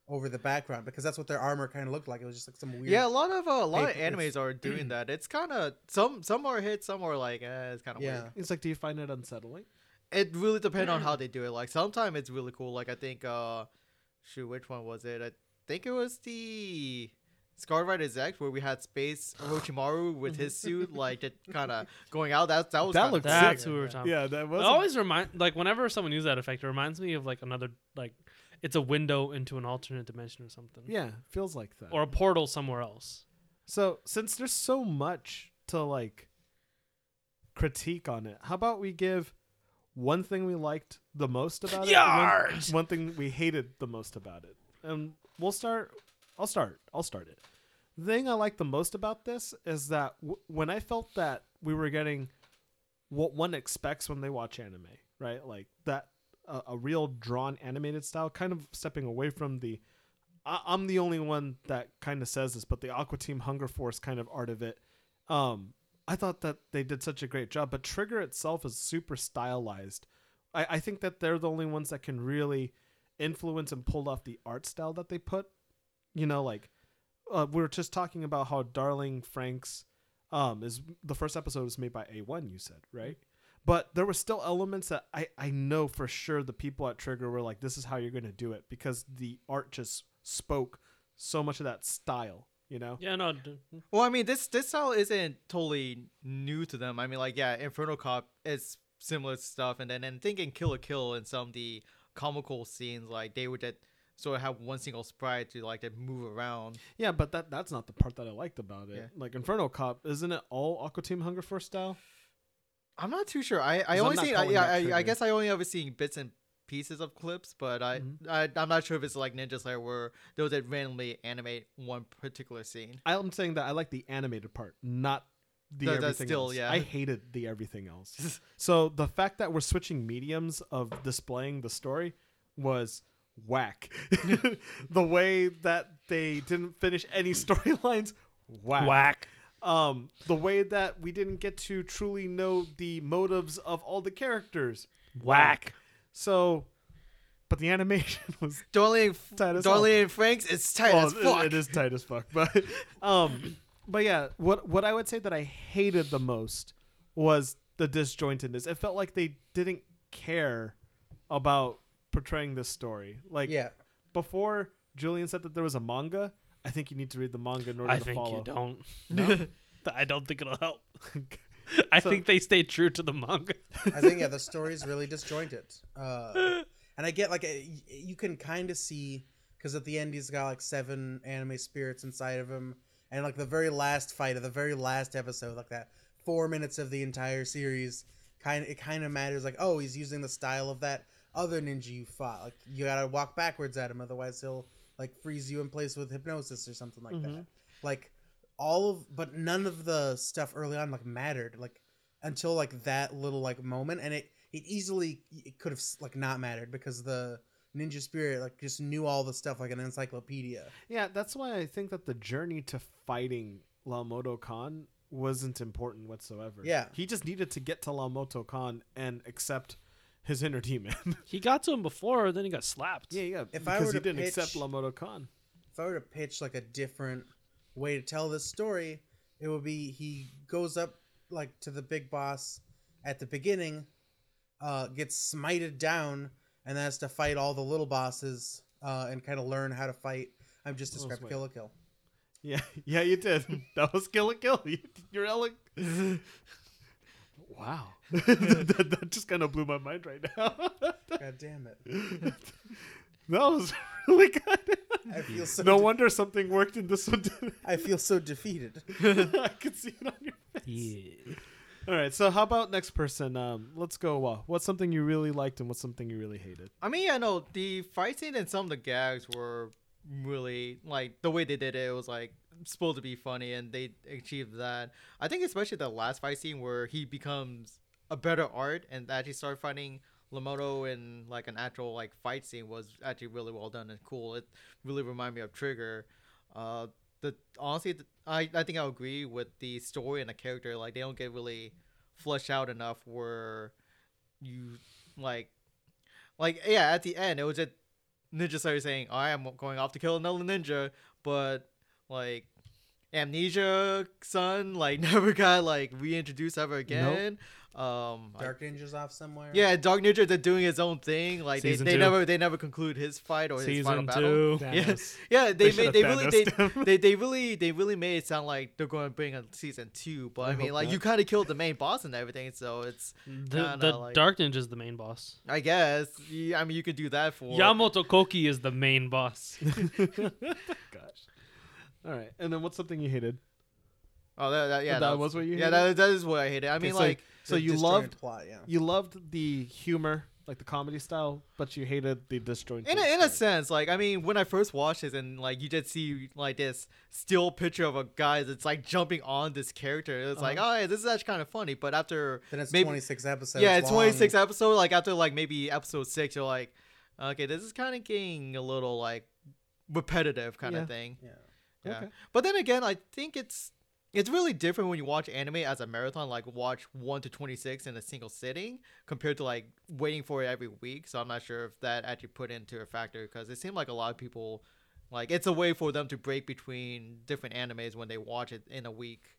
S5: over the background because that's what their armor kind of looked like it was just like some weird
S3: yeah. A lot of uh, a lot of
S5: Hey, it's-
S3: animes are doing that. It's kind of some some are hits, some are like eh, it's kind of
S5: yeah
S3: weird.
S1: It's like, do you find it unsettling?
S3: It really depends on how they do it. Like sometimes it's really cool. Like I think uh, shoot, which one was it? I think it was the. Scar Rider's X, where we had Space Orochimaru with his suit, like just kind of going out. That that was
S1: That
S3: kinda
S1: looked
S3: cool.
S1: sick.
S4: That's who we were talking
S1: Yeah, that was
S4: It always remind like whenever someone uses that effect, it reminds me of like another like it's a window into an alternate dimension or something.
S1: yeah. Feels like that.
S4: Or a portal somewhere else.
S1: So since there's so much to like critique on it, how about we give one thing we liked the most about it, and
S4: Yars!
S1: one, one thing we hated the most about it, and we'll start. I'll start. I'll start it. The thing I like the most about this is that w- when I felt that we were getting what one expects when they watch anime, right? Like that a a real drawn animated style, kind of stepping away from the I, I'm the only one that kind of says this, but the Aqua Team Hunger Force kind of art of it. Um, I thought that they did such a great job, but Trigger itself is super stylized. I, I think that they're the only ones that can really influence and pull off the art style that they put. You know, like uh, we were just talking about how Darling Franks um, is the first episode was made by A1. You said right, But there were still elements that I, I know for sure the people at Trigger were like, this is how you're going to do it because the art just spoke so much of that style, you know?
S4: Yeah, no. d-
S3: Well, I mean, this this style isn't totally new to them. I mean, like yeah, Inferno Cop is similar stuff, and then and thinking Kill a Kill and some of the comical scenes, like they would just sort of have one single sprite to like to move around.
S1: Yeah, but that that's not the part that I liked about it.
S3: Yeah.
S1: Like Inferno Cop, isn't it all Aqua Team Hunger Force style?
S3: I'm not too sure. I I
S1: I'm
S3: only
S1: not
S3: seen I,
S1: calling
S3: yeah,
S1: that
S3: I, I
S1: trigger.
S3: guess I only ever seen bits and pieces of clips, but I, I I'm not sure if it's like Ninja Slayer where they'll just randomly animate one particular scene.
S1: I'm saying that I like the animated part, not the
S3: That- that's
S1: everything
S3: still-
S1: else.
S3: yeah.
S1: I hated the everything else. so the fact that we're switching mediums of displaying the story was whack. the way that they didn't finish any storylines, whack.
S2: Whack.
S1: Um, the way that we didn't get to truly know the motives of all the characters,
S2: Whack.
S1: So, but the animation was
S3: Darlene, and F-
S1: Tight as
S3: Darlene and Franks, it's tight
S1: well,
S3: as fuck.
S1: It, it is tight as fuck. But um, but yeah, what what I would say that I hated the most was the disjointedness. It felt like they didn't care about portraying this story. Like
S5: Yeah.
S1: before Julian said that there was a manga. I think you need to read the manga in order
S4: I
S1: to
S4: think
S1: follow.
S4: you don't.
S1: No?
S4: I don't think it'll help. I
S1: So-
S4: think they stay true to the manga.
S5: I think yeah, the story's really disjointed. Uh, and I get like a, you can kind of see because at the end he's got like seven anime spirits inside of him, and like the very last fight of the very last episode, like that four minutes of the entire series, kind of it kind of matters. Like oh, he's using the style of that other ninja you fought. Like you gotta walk backwards at him, otherwise he'll like freeze you in place with hypnosis or something like that. Like all of but none of the stuff early on like mattered. Like until like that little like moment and it it easily it could have like not mattered because the ninja spirit like just knew all the stuff like an encyclopedia
S1: Yeah, that's why I think that the journey to fighting Lamoto Khan wasn't important whatsoever.
S5: Yeah.
S1: He just needed to get to Lamoto Khan and accept his inner demon.
S4: He got to him before, then he got slapped.
S1: yeah, yeah.
S5: If I
S1: because
S5: were
S1: he
S5: to
S1: didn't
S5: pitch-
S1: accept Lamoto Khan.
S5: if i were to pitch like a different way to tell this story it would be he goes up like to the big boss at the beginning uh gets smited down and then has to fight all the little bosses uh and kind of learn how to fight i'm just
S1: Little
S5: described
S1: smite.
S5: kill a kill
S1: Yeah, yeah, you did. That was kill a kill. You- You're ele- Wow. that, that just kind of blew my mind right now.
S5: god damn it
S1: that was really good.
S5: i feel so
S1: No
S5: de-
S1: wonder something worked and this one didn't.
S5: i feel so defeated
S1: I could see it on your face.
S4: Yeah.
S1: All right, so how about next person? Um, let's go. Uh, what's something you really liked and what's something you really hated?
S3: I mean, I know the fight scene and some of the gags were really like the way they did it, it was like supposed to be funny, and they achieved that. I think especially the last fight scene where he becomes a better art and actually start fighting Lamoto in like an actual like fight scene was actually really well done and cool. It really reminded me of Trigger. Uh, the honestly, th- I I think I agree with the story and the character. Like they don't get really fleshed out enough where you like like yeah at the end it was just ninja slayer saying i am going off to kill another ninja but like amnesia son like never got like reintroduced ever again um I-
S5: Dark Ninja's off somewhere.
S3: yeah dark ninja they're doing his own thing like they,
S4: Season
S3: they
S4: two.
S3: never they never conclude his fight or Oh, his final
S4: Season
S3: battle
S4: two.
S3: Yes. yeah, they
S1: They
S3: made,
S1: should've
S3: they really they,
S1: Thanos'd him.
S3: they they really they really made it sound like they're going to bring a season two, but I, mean
S1: hope
S3: like
S1: not.
S3: you kind of killed the main boss and everything, so it's
S4: The,
S3: Nah,
S4: the
S3: nah, like-
S4: Dark Ninja's the main boss.
S3: I guess you, I mean you could do that for
S4: Yamato Koki is the main boss.
S1: Gosh. All right, and then what's something you hated?
S3: Oh, that, that yeah,
S1: That was what you
S3: Yeah, that, that is what I hated. I mean,
S1: so-
S3: like,
S1: so
S5: The
S1: you
S5: disjointed
S1: loved
S5: plot, yeah.
S1: you loved the humor, like the comedy style, but you hated the disjointed.
S3: in a, in
S1: story.
S3: a sense, like, I mean, when I first watched this, and like, you just see like this still picture of a guy that's like jumping on this character. It's like, oh, yeah, this is actually kind of funny. But after
S5: Then it's
S3: maybe,
S5: 26 episodes.
S3: yeah, it's
S5: long.
S3: 26 episode. Like after like maybe episode six, you're like, okay, this is kind of getting a little like repetitive kind
S1: Yeah.
S3: of thing.
S5: Yeah.
S3: Yeah.
S1: Okay.
S3: But then again, I think it's it's really different when you watch anime as a marathon, like watch one to twenty six in a single sitting, compared to like waiting for it every week. So I'm not sure if that actually put into a factor because it seemed like a lot of people, like it's a way for them to break between different animes when they watch it in a week.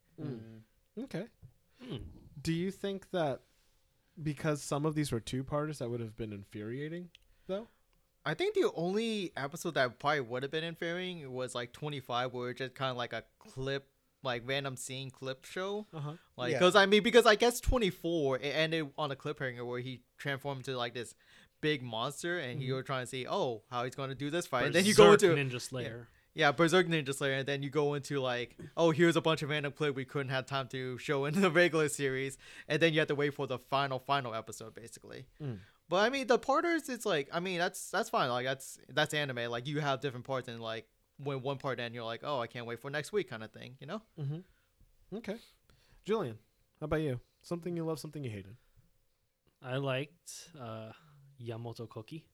S1: Okay.
S4: Hmm.
S1: Do you think that because some of these were two parters that would have been infuriating, though.
S3: I think the only episode that probably would have been infuriating was like 25, where it's just kind of like a clip, like random scene clip show.
S1: Uh huh.
S3: Like,
S5: Yeah.
S3: because I mean, because I guess 24, it ended on a cliffhanger where he transformed into like this big monster and you were trying to see, oh, how he's going to do this fight. And then you go
S4: Berserk
S3: into,
S4: Ninja Slayer.
S3: yeah, Berserk Ninja Slayer, and then you go into like, oh, here's a bunch of random clip we couldn't have time to show in the regular series, and then you have to wait for the final final episode basically.
S1: Mm.
S3: But I mean, the parters, it's like, I mean, that's that's fine, like that's that's anime, like you have different parts, and like when one part ends, you're like, oh, I can't wait for next week, kind of thing, you know?
S1: Okay. Julian, how about you? Something you love, something you hated.
S4: I liked uh, Yamato Koki.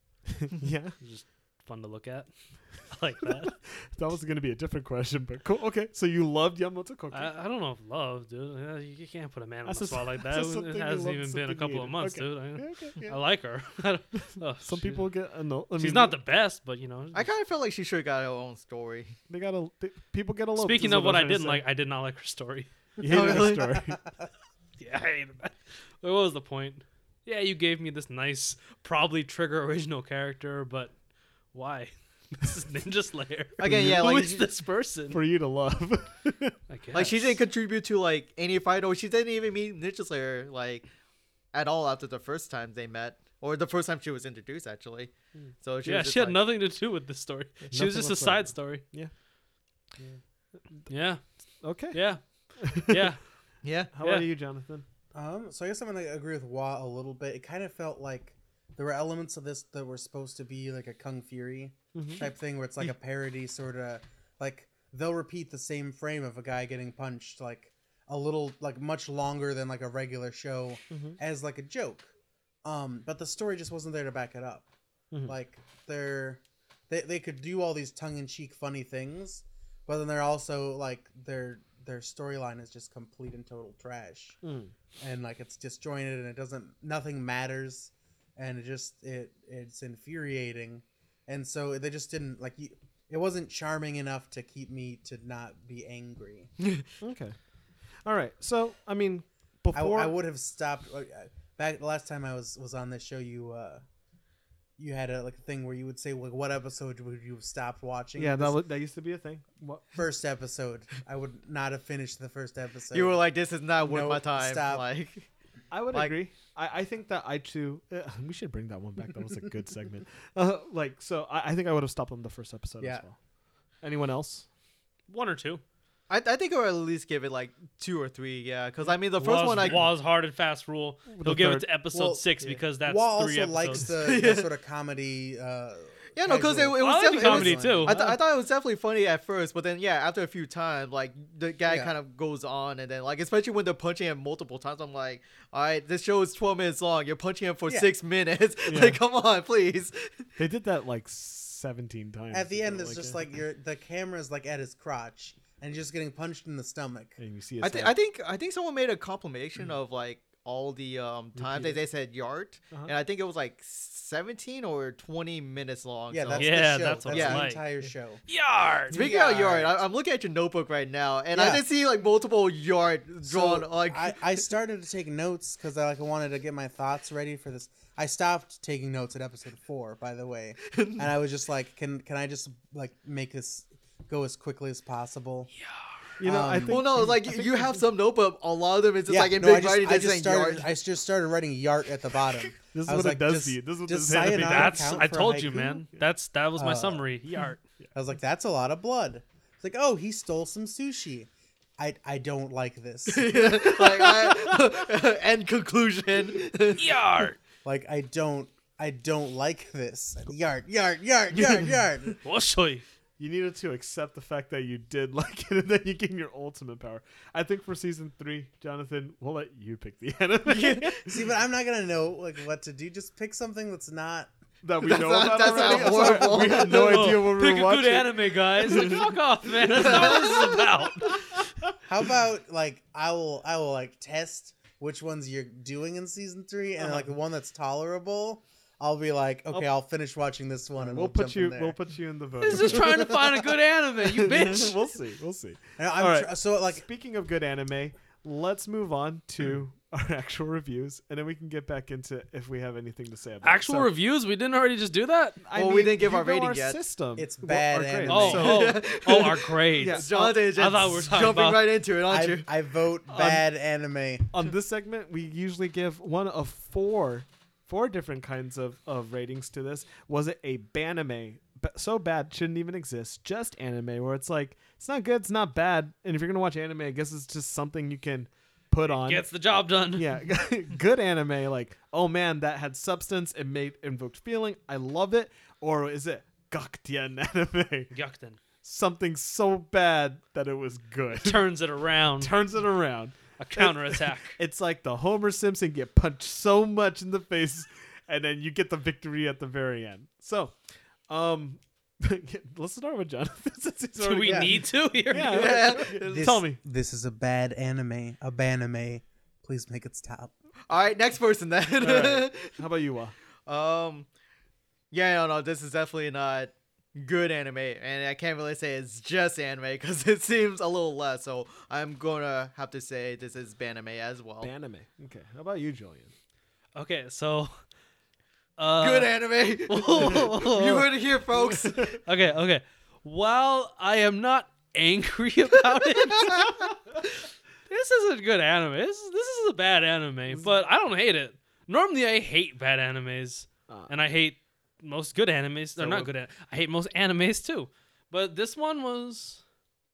S1: yeah,
S4: It was just fun to look at. I like that.
S1: that was going to be a different question, but cool. Okay, so you loved Yamato Koki.
S4: I, I don't know if love, dude. Uh, You you can't put a man on
S1: That's
S4: the
S1: just-
S4: spot like
S1: that's
S4: that.
S1: just
S4: It
S1: something you
S4: hasn't
S1: love,
S4: even been a
S1: something you
S4: couple of
S1: hated.
S4: months,
S1: Okay.
S4: dude. I,
S1: Yeah, okay, yeah.
S4: I like her. I don't- oh,
S1: Some
S4: she-
S1: people get annoyed. I mean,
S4: she's not the best, but you know.
S3: I kind of felt like she should have got her own story.
S1: They got a. They, people get a little.
S4: Speaking of what I didn't like, I did not like her story.
S1: you hated
S3: really?
S1: the story.
S4: Yeah, I hated that. What was the point? Yeah, you gave me this nice, probably trigger original character, but why? This is Ninja Slayer.
S3: Again, yeah,
S4: Who
S3: like
S4: is
S3: you-
S4: this person?
S1: for you to love.
S4: I guess.
S3: Like she didn't contribute to like any fight, or she didn't even meet Ninja Slayer like at all after the first time they met, or the first time she was introduced actually. So she
S4: yeah,
S3: was just
S4: she had
S3: like-
S4: nothing to do with this story. She
S1: Nothing
S4: was just a
S1: whatsoever.
S4: side story.
S1: Yeah.
S4: Yeah.
S1: okay.
S4: Yeah. Yeah.
S3: Yeah,
S1: How
S4: Yeah.
S1: about you, Jonathan?
S5: Um, so I guess I'm gonna agree with Wah a little bit. It kind of felt like there were elements of this that were supposed to be like a Kung Fury
S1: Mm-hmm.
S5: type thing, where it's like a parody sort of like they'll repeat the same frame of a guy getting punched like a little like much longer than like a regular show as like a joke. Um, but the story just wasn't there to back it up. Like they're they they could do all these tongue in cheek funny things, but then they're also like their their storyline is just complete and total trash
S1: Hmm.
S5: and like it's disjointed and it doesn't nothing matters and it just it it's infuriating and so they just didn't like you, it wasn't charming enough to keep me to not be angry
S1: Okay. All right. So I mean,
S5: I,
S1: before
S5: I would have stopped like, I- back the last time i was was on this show you uh you had a like a thing where you would say like what episode would you have stopped watching
S1: yeah, that
S5: This
S1: was, that used to be a thing. What?
S5: first episode i would not have finished the first episode
S3: you were like, "This is not worth
S5: Nope,
S3: my time."
S5: stop.
S3: Like,
S1: I would
S3: Like-
S1: agree. I, I think that I too. Uh, we should bring that one back. That was a good segment. Uh, like so, I, I think I would have stopped on the first episode
S5: Yeah.
S1: as well. Anyone else?
S4: One or two.
S3: I, I think I would at least give it like two or three. Yeah, because I mean, the first
S4: Waz,
S3: one, I
S4: Waz hard and fast rule. He'll
S1: The
S4: give
S1: third-
S4: it to episode
S5: Well,
S4: six
S3: yeah.
S4: because that's
S5: Wall
S4: three
S5: also likes
S4: episodes.
S5: the, the sort of comedy uh
S3: yeah, no, because it, it
S5: casual-
S4: I
S3: was
S4: like
S3: def-
S4: the
S3: it
S4: comedy
S3: was-
S4: too.
S3: I, th- I thought it was definitely funny at first, but then yeah, after a few times, like the guy
S5: Yeah.
S3: kind of goes on, and then like especially when they're punching him multiple times, I'm like, all right, this show is 12 minutes long. You're punching him for
S5: Yeah.
S3: six minutes.
S1: Yeah.
S3: like, come on, please.
S1: They did that like seventeen times.
S5: at the
S1: It
S5: end
S1: felt
S5: it's just
S1: uh,
S5: like your the camera's like at his crotch and just getting punched in the stomach
S1: And you see,
S3: I, th- I think I think someone made a
S5: Mm-hmm.
S3: compilation of like all the um time that
S1: Repeated.
S3: they said yard,
S1: Uh-huh.
S3: and I think it was like 17 or 20 minutes long.
S5: yeah
S3: so-
S5: that's
S4: Yeah,
S5: the show
S4: that's
S5: that's,
S4: what
S3: it's
S5: the
S3: like.
S5: entire show
S4: Yard.
S3: Speaking of yard,
S5: Yard.
S3: I, I'm looking at your notebook right now, and
S5: Yeah.
S3: I just see like multiple yard drawn. uh,
S5: So,
S3: like,
S5: I, I started to take notes because I like wanted to get my thoughts ready for this. I stopped taking notes at episode four, by the way, and I was just like, "Can can I just like make this go as quickly as possible?"
S1: you know, I
S5: um,
S1: think
S3: well, no, like you have some notebook. A lot of them is just like in
S5: no, I
S3: big
S5: just,
S3: writing
S5: I
S3: that's
S5: just
S3: saying
S5: started.
S3: yard.
S5: I just started writing "yart" at the bottom.
S1: This is
S5: I was
S1: what it
S5: like,
S1: does
S5: does-
S1: to you. This is what
S5: does
S1: this anime
S5: sayonara
S1: does.
S4: That's
S5: count
S4: I
S5: for
S4: told you,
S5: haiku?
S4: man. That's that was my
S5: Uh,
S4: summary. Yard.
S5: I was like, "That's a lot of blood." It's like, "Oh, he stole some sushi." I I don't like this.
S3: like, I, end conclusion.
S4: Yard.
S5: like I don't. I don't like this. Yard, yard, yard, yard, yard.
S4: We'll show you.
S1: You needed to accept the fact that you did like it and then you gain your ultimate power. I think for season three, Jonathan, we'll let you pick the anime
S5: See, but I'm not gonna know like what to do. Just pick something that's not.
S1: that we
S3: That's
S1: know
S3: not-
S1: about
S3: that's
S1: already.
S3: not
S1: I'm sorry,
S3: horrible.
S1: We had no
S4: Oh,
S1: idea what we
S4: Pick
S1: were
S4: a
S1: watching.
S4: good anime, guys. Like, fuck off, man. That's not what this is about.
S5: How about like I will I will like test which ones you're doing in season three, and
S1: Uh-huh.
S5: like the one that's tolerable, I'll be like, okay, I'll finish watching this one, and
S1: We'll
S5: we'll,
S1: put
S5: jump in
S1: you.
S5: there.
S1: We'll put you in the vote.
S4: He's just trying to find a good anime, you bitch.
S1: we'll see. We'll see.
S5: And I'm
S1: all right.
S5: tr- so like
S1: Speaking of good anime, let's move on to our actual reviews, and then we can get back into if we have anything to say about it.
S4: Actual
S1: So,
S4: reviews? We didn't already just do that?
S1: I
S3: Well, we
S1: mean,
S3: didn't give
S1: you
S3: our
S1: know
S3: rating yet.
S1: System.
S5: It's
S1: Well,
S5: bad
S1: our grade.
S5: anime.
S4: Oh,
S1: So-
S4: oh, oh, our grades.
S1: Yeah.
S3: Jonathan is
S4: I
S3: just
S4: thought we were talking
S3: jumping
S4: about-
S3: right into it, aren't
S5: I,
S3: you?
S5: I vote bad anime.
S1: on this segment we usually give one of four four different kinds of, of ratings to this was it a banime b- so bad shouldn't even exist just anime where it's like it's not good it's not bad and if you're gonna watch anime i guess it's just something you can put on
S4: Gets the job done.
S1: yeah good anime like oh man that had substance it made invoked feeling i love it or is it gakuten anime
S4: Yuck then.
S1: something so bad that it was good
S4: Turns it around.
S1: turns it around
S4: A counterattack.
S1: it's like the Homer Simpson get punched so much in the face, and then you get the victory at the very end. So, um, let's start with Jonathan. Since he's
S4: do
S1: already-
S4: we
S5: yeah.
S4: need to here?
S1: Yeah.
S5: This,
S1: Tell me.
S5: This is a bad anime. A bad anime. Please make it stop.
S3: All right, next person then.
S1: All How about you? uh? Wa?
S3: Um, yeah, no, no, this is definitely not good anime, and I can't really say it's just anime because it seems a little less. So I'm gonna have to say this is banime as
S4: Oh.
S3: well.
S1: Anime. Okay. How about you, Julian?
S4: Okay, so. Uh,
S3: good anime. you heard it here, folks.
S4: Okay, okay. While I am not angry about it, this isn't good anime. This is, this is a bad anime, but I don't hate it. Normally, I hate bad animes,
S1: Ah.
S4: and I hate most good animes. They're
S3: So
S4: not
S3: what-
S4: good. An- I hate most animes too, but this one was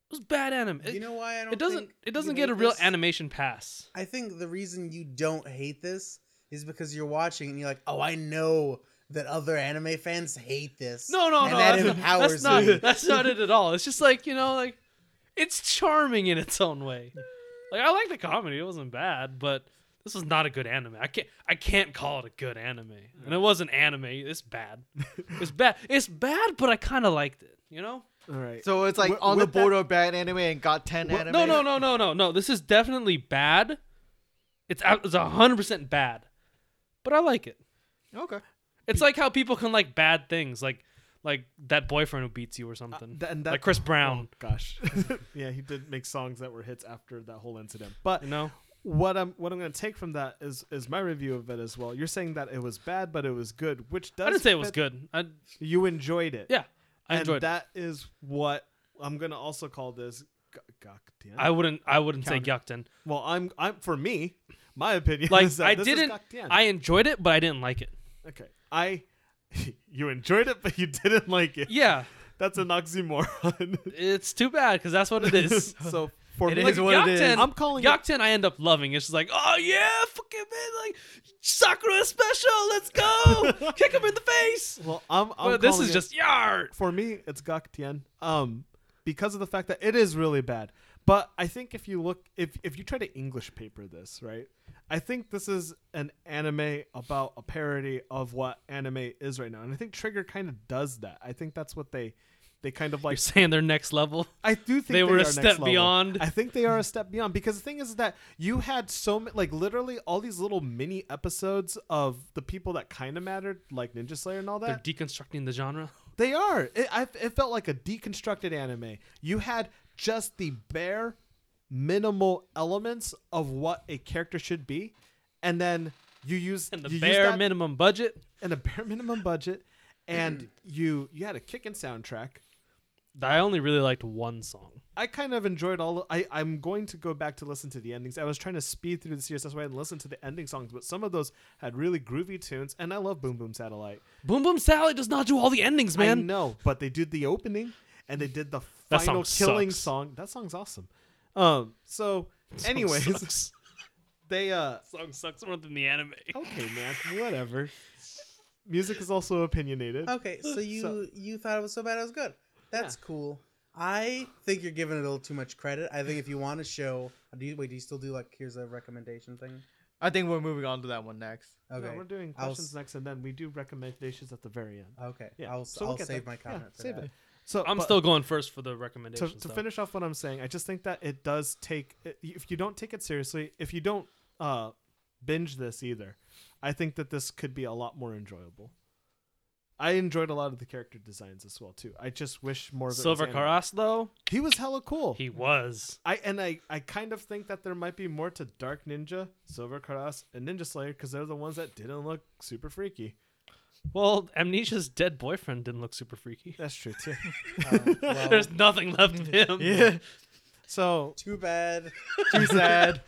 S4: was bad anime. It,
S5: you know why I don't
S4: it doesn't
S5: think
S4: it
S5: you
S4: doesn't get a
S5: hate
S4: real
S5: this?
S4: animation pass.
S5: I think the reason you don't hate this is because you're watching and you're like, oh, I know that other anime fans hate this.
S4: No, no,
S5: and
S4: no.
S5: That
S4: that's,
S5: empowers
S4: that's not
S5: me.
S4: that's not it at all. It's just like you know, like it's charming in its own way. Like I like the comedy; it wasn't bad, but this was not a good anime. I can't I can't call it a good anime, and it wasn't anime. It's bad. It's bad. It's bad, but I kind of liked it. You know?
S1: All right.
S3: So it's like
S1: Wi-
S3: on the
S1: with that-
S3: border of bad anime and got ten anime.
S4: No, no, no, no, no, no. This is definitely bad. It's out- it's hundred percent bad, but I like it.
S3: Okay.
S4: It's like how people can like bad things, like like that boyfriend who beats you or something,
S1: th- and that-
S4: like Chris Brown.
S1: oh, Gosh. yeah, he did make songs that were hits after that whole incident. But
S4: You know?
S1: what I'm what I'm going to take from that is is my review of it as well. You're saying that it was bad, but it was good, which does
S4: I didn't say it was
S1: fit-
S4: good. I
S1: You enjoyed it.
S4: yeah, I enjoyed.
S1: and that is what I'm gonna also call this. g- Gakuten.
S4: it. I wouldn't. I wouldn't say Gyukten.
S1: well, I'm I'm for me, my opinion.
S4: Like
S1: is that
S4: I
S1: this
S4: didn't.
S1: Is Gakuten.
S4: I enjoyed it, but I didn't like it.
S1: okay. I you enjoyed it, but you didn't like it.
S4: Yeah,
S1: That's an oxymoron.
S4: it's too bad because that's what it is.
S1: so for
S3: It
S1: me,
S3: is what it is.
S1: I'm calling it-
S4: Gyukten. I end up loving. It's just like, oh yeah, fucking man, like Sakura is special. Let's go, kick him in the face.
S1: well, I'm, I'm
S4: But this
S1: calling
S4: is
S1: it-
S4: just yard.
S1: for me, it's Gakuten. Um, because of the fact that it is really bad. But I think if you look, if if you try to English paper this, right? I think this is an anime about a parody of what anime is right now, and I think Trigger kind of does that. I think that's what they, they kind of
S4: You're
S1: like.
S4: saying they're next level.
S1: I do think
S4: they were
S1: are
S4: a
S1: next
S4: step
S1: level.
S4: beyond.
S1: I think they are a step beyond because the thing is that you had so many, like literally all these little mini episodes of the people that kind of mattered, like Ninja Slayer and all that.
S4: They're deconstructing the genre.
S1: They are. It, I, it felt like a deconstructed anime. You had just the bare minimal elements of what a character should be, and then you use
S4: And the
S1: you used
S4: bare
S1: that-
S4: minimum budget.
S1: and a bare minimum budget, and you you had a kicking soundtrack.
S4: I only really liked one song.
S1: I kind of enjoyed all. I I'm going to go back to listen to the endings. I was trying to speed through the series, that's why I didn't listen to the ending songs. But some of those had really groovy tunes, and I love Boom Boom Satellite.
S4: Boom Boom Sally does not do all the endings,
S1: I
S4: man.
S1: know, but they did the opening and they did the
S4: That
S1: final
S4: song
S1: killing
S4: sucks.
S1: song. That song's awesome. Um. So, anyways,
S4: Sucks.
S1: they uh.
S4: song sucks more than the anime.
S1: Okay, man. Whatever. Music is also opinionated.
S5: Okay, so you
S1: So-
S5: you thought it was so bad it was good. That's cool. I think you're giving it a little too much credit. I think if you want to show, do you, wait? Do you still do like here's a recommendation thing?
S3: I think we're moving on to that one next.
S5: Okay,
S1: No, we're doing
S5: I'll
S1: questions
S5: s-
S1: next, and then we do recommendations at the very end.
S5: Okay,
S1: Yeah.
S5: I'll,
S1: so we'll
S5: I'll
S1: get
S5: save
S1: there.
S5: my
S1: Yeah,
S5: comment. for
S1: save
S5: that.
S1: it. So
S4: I'm
S1: but-
S4: still going first for the
S1: to,
S4: recommendations.
S1: to
S4: though.
S1: finish off what I'm saying, I just think that it does take if you don't take it seriously, if you don't uh, binge this either, I think that this could be a lot more enjoyable. I enjoyed a lot of the character designs as well too. I just wish more of it was
S4: Silver
S1: anime.
S4: Karas though,
S1: He was hella cool.
S4: he was.
S1: I and I, I kind of think that there might be more to Dark Ninja, Silver Karas, and Ninja Slayer because they're the ones that didn't look super freaky.
S4: Well, Amnesia's dead boyfriend didn't look super freaky.
S1: That's true too.
S5: Oh, well,
S4: There's nothing left of him.
S3: Yeah.
S1: so
S5: too bad.
S3: Too sad.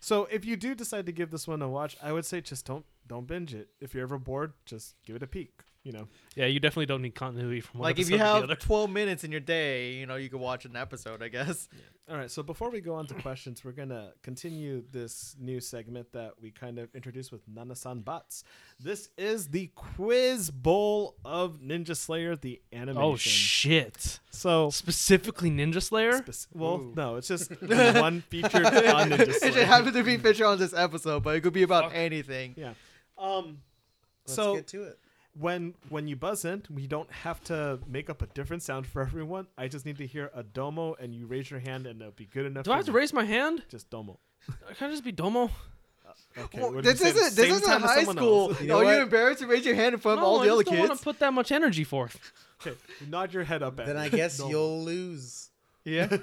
S1: so if you do decide to give this one a watch, I would say just don't don't binge it. If you're ever bored, just give it a peek. You know.
S4: Yeah, you definitely don't need continuity from one
S3: like if
S4: episode to
S3: you
S4: the
S3: have
S4: other.
S3: 12 minutes in your day, you know, you could watch an episode, I guess.
S1: All right. So before we go on to questions, we're gonna continue this new segment that we kind of introduced with Nanasan Bots. This is the quiz bowl of Ninja Slayer the animation.
S4: Oh shit!
S1: So
S4: Specifically, Ninja Slayer.
S1: Spec- well,
S3: Ooh.
S1: no, it's just the one featured on Ninja
S3: it just
S1: Slayer.
S3: happened to be featured on this episode, but it could be about anything.
S1: yeah. Um.
S5: Let's
S1: so
S5: get to it.
S1: when when you buzz in, we don't have to make up a different sound for everyone. I just need to hear a domo, and you raise your hand, and it'll be good enough.
S4: Do I
S1: for
S4: have to
S1: me.
S4: raise my hand?
S1: Just domo.
S4: Can I just be Domo?
S1: Okay.
S3: Well,
S1: what did
S3: this
S1: you say?
S3: isn't
S1: Same
S3: this isn't
S1: time as
S3: high
S1: someone
S3: school.
S1: else.
S5: You know
S3: Are you
S5: what?
S3: embarrassed to raise your hand in front of all
S4: I
S3: the other
S4: just don't want
S3: kids?
S4: to put that much energy forth.
S1: Okay, nod your head up. At
S5: Then
S1: me.
S5: I guess
S1: Domo.
S5: you'll lose.
S3: Yeah.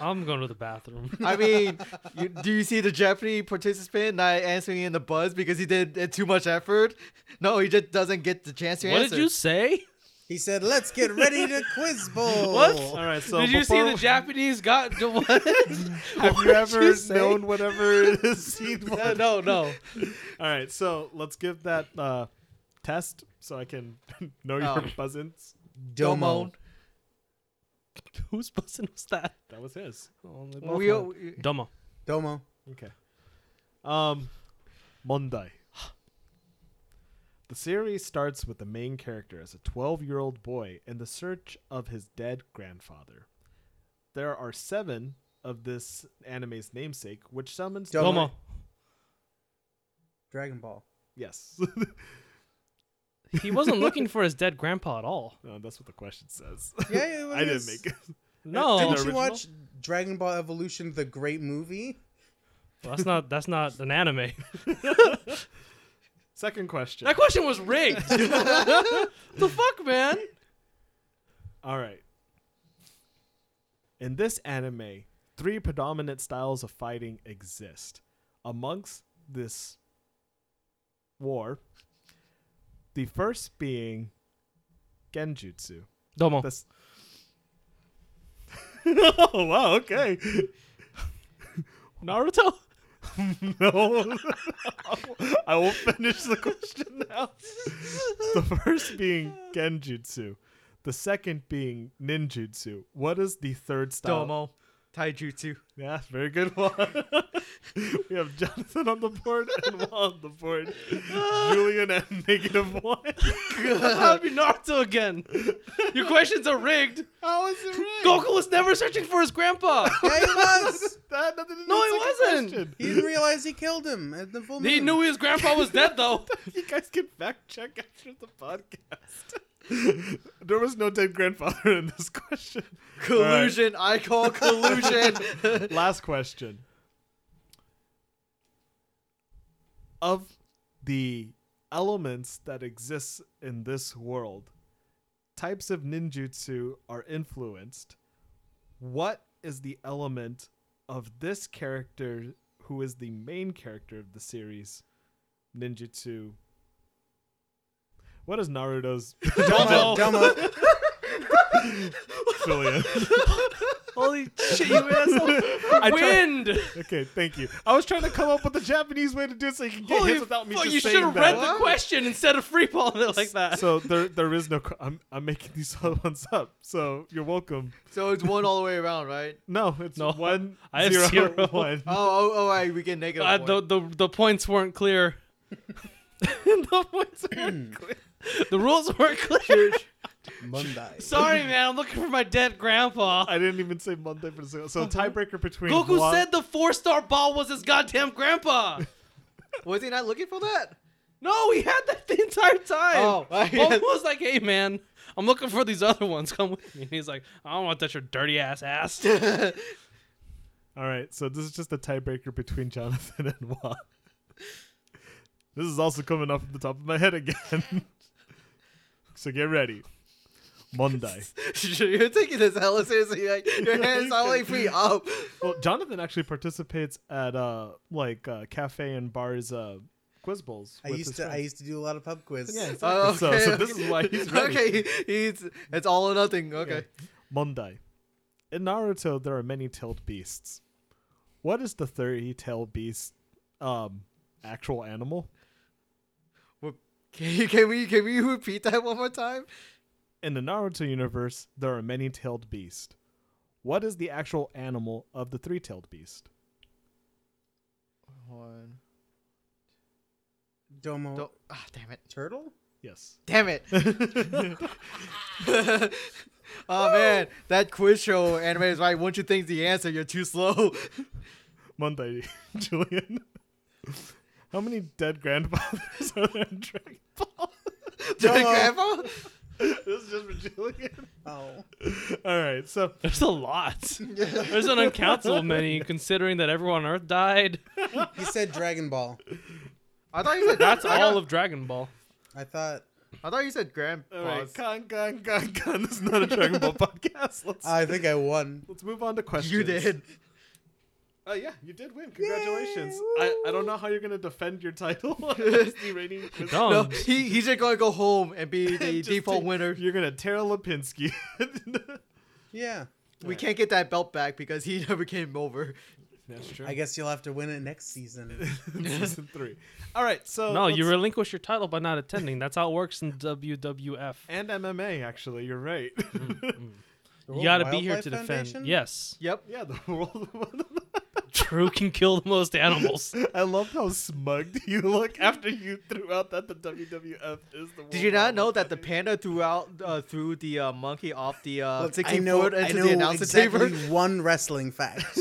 S4: I'm going to the bathroom.
S3: I mean, you, do you see the Jeopardy participant not answering in the buzz because he did uh, too much effort? No, he just doesn't get the chance to
S4: what
S3: answer.
S4: did you say?
S5: He said, "Let's get ready to quiz bowl."
S1: All right. So
S4: did you see
S1: before-
S4: the Japanese got what?
S1: Have
S4: What
S1: you
S4: did
S1: ever
S4: say?
S1: known whatever it is he
S4: No,
S1: was?
S4: no, no.
S1: All right. So let's give that uh, test so I can know your
S3: Oh.
S1: buzzins.
S5: Domo.
S4: Whose buzzing was that?
S1: That was his.
S4: Oh, they
S3: Well,
S4: both
S3: we,
S4: went. Domo.
S5: Domo.
S1: Okay. Um, Monday. The series starts with the main character as a 12 year old boy in the search of his dead grandfather. There are seven of this anime's namesake, which summons.
S5: Don't-
S4: Domo.
S5: Dragon Ball.
S1: Yes.
S4: He wasn't looking for his dead grandpa at all.
S1: No, that's what the question says.
S5: Yeah, yeah, what
S1: I
S5: it
S1: didn't
S5: is.
S1: make it.
S4: No,
S5: Didn't you
S1: original?
S5: watch Dragon Ball Evolution, the great movie?
S4: Well, that's not that's not an anime.
S1: Second question.
S4: That question was rigged. the fuck, man.
S1: All right. In this anime, three predominant styles of fighting exist. Amongst this war, the first being Genjutsu.
S4: Domo.
S1: This- oh, wow, okay.
S4: Naruto.
S1: No. I will finish the question now. The first being Genjutsu, the second being Ninjutsu. What is the third style?
S3: Domo. Taijutsu.
S1: Yeah, very good one. we have Jonathan on the board and Juan on the board. Julian at negative one.
S4: That'd be Naruto again. Your questions are rigged.
S1: How is it
S4: Goku was never searching for his grandpa.
S5: Yeah, he was.
S1: That, that didn't
S4: No,
S1: even
S4: it
S1: second
S4: wasn't.
S1: question.
S5: he didn't realize he killed him at the full moon.
S4: He knew his grandpa was dead though.
S1: You guys can fact check after the podcast. there was no dead grandfather in this question.
S3: Collusion. I call collusion.
S1: Last question. Of the elements that exist in this world, types of ninjutsu are influenced. What is the element of this character who is the main character of the series ninjutsu? What is Naruto's
S5: Domo.
S4: Domo.
S5: Domo.
S1: Julian?
S4: Holy shit, you asshole.
S1: I tried-
S4: Wind.
S1: Okay, thank you. I was trying to come up with a Japanese way to do it so you can get
S4: Holy
S1: hits without me
S4: fuck,
S1: just
S4: you should
S1: saying
S4: have read
S1: that.
S4: the question instead of free balling it like that.
S1: So there, there is no. co- I'm, I'm making these other ones up. So you're welcome.
S3: so it's one all the way around, right?
S1: No, it's
S4: No,
S1: one
S4: I have
S1: zero,
S4: zero.
S1: one.
S3: Oh, oh, oh, all right. We get negative.
S4: Uh,
S3: point.
S4: the, the the points weren't clear. the points weren't clear. The rules weren't clear.
S5: Monday.
S4: Sorry, man. I'm looking for my dead grandpa.
S1: I didn't even say Monday for the single. So tiebreaker between
S4: Goku
S1: Juan-
S4: said the four star ball was his goddamn grandpa.
S3: Was he not looking for that?
S4: No, he had that the entire time.
S3: Oh, I-
S4: Goku was like, "Hey, man, I'm looking for these other ones. Come with me." And he's like, "I don't want that your dirty ass ass."
S1: All right, so this is just a tiebreaker between Jonathan and Juan. This is also coming off the top of my head again. So get ready. Monday.
S3: You're taking this hella seriously. Like your hands all like free up.
S1: well, Jonathan actually participates at uh like uh, cafe and bars uh quiz bowls.
S5: I
S1: with
S5: used
S1: his
S5: to I
S1: friends.
S5: used to do a lot of pub quiz.
S1: Yeah, exactly.
S3: Oh,
S1: so,
S3: okay,
S1: so this is why he's ready.
S3: Okay, he's it's all or nothing. Okay.
S1: Monday. In Naruto, there are many tailed beasts. What is the 30 tailed beast um actual animal?
S3: Well, Can you can we can we repeat that one more time?
S1: In the Naruto universe, there are many tailed beasts. What is the actual animal of the three tailed beast?
S3: One.
S5: Domo
S3: Don't, ah, damn it!
S5: turtle.
S1: Yes.
S3: Damn it! oh man, that quiz show anime is right. Once you think the answer, you're too slow.
S1: Monday, Julian. How many dead grandfathers are there in Dragon Ball?
S3: Johnny Grandpa?
S1: this is just for Julian.
S5: Oh,
S1: All right, so
S4: There's a lot. There's an uncountable many, considering that everyone on Earth died.
S5: he said Dragon Ball.
S3: I thought you said
S4: That's
S3: I
S4: all
S3: thought-
S4: of Dragon Ball.
S5: I thought
S3: I thought you said
S1: all right,
S3: Grandpa's.
S1: con con con con. This is not a Dragon Ball podcast. Let's
S5: I think I won.
S1: let's move on to questions.
S3: Uh, you did.
S1: Oh yeah, you did win. Congratulations. I, I don't know how you're gonna defend your title as the reigning. quiz-
S4: Don't.
S3: No, he, he's just gonna go home and be the
S1: Just
S3: default
S1: to-
S3: winner.
S1: You're gonna tear Lipinski.
S5: Yeah,
S3: We can't get that belt back because he never came over.
S1: That's true.
S5: I guess you'll have to win it next season.
S1: Season three. All right, so
S4: No, you
S1: let's-
S4: relinquish your title by not attending. That's how it works in WWF.
S1: and MMA actually. You're right.
S3: Mm,
S4: You gotta be
S5: Wildlife
S4: here to defend.
S5: Foundation?
S4: Yes,
S3: Yep.
S1: yeah, the world.
S4: True can kill the most animals.
S1: I love how smug you look after you threw out that the WWF is the.
S4: Oh,
S3: Did you not know that the panda threw out uh, threw the uh, monkey off the uh,
S5: Look,
S3: 16
S5: I know,
S3: foot
S5: I
S3: into
S5: know
S3: the announcer
S5: exactly
S3: table?
S5: one wrestling fact.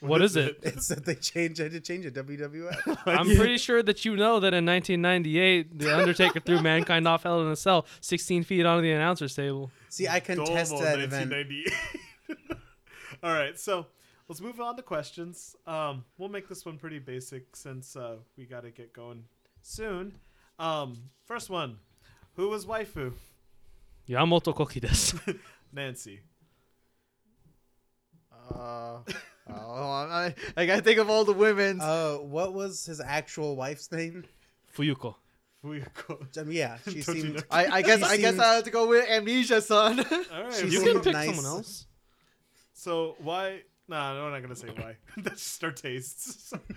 S4: What is it?
S5: it's that they changed. I had to change it. WWF.
S4: I'm pretty sure that you know that in 1998, The Undertaker threw Mankind off Hell in a Cell 16 feet onto the announcer's table.
S5: See, I contested that event.
S1: All right, so let's move on to questions. Um, we'll make this one pretty basic since uh, we got to get going soon. Um, first one, who was waifu?
S4: Yamamoto Koki desu.
S1: Nancy.
S3: Uh, oh, I, I gotta think of all the women.
S5: Uh, what was his actual wife's name?
S4: Fuyuko.
S1: Fuyuko.
S5: I mean, yeah, she
S1: Don't you
S5: seemed.
S1: know?
S3: I, I guess
S5: she
S3: I guess
S5: seemed-
S3: I have to go with amnesia, son.
S1: All right.
S5: She's-
S4: You
S1: well,
S4: can
S5: seemed
S4: pick
S5: nice.
S4: someone else.
S1: so why? Nah, no, we're not gonna say why. That's just our tastes. So-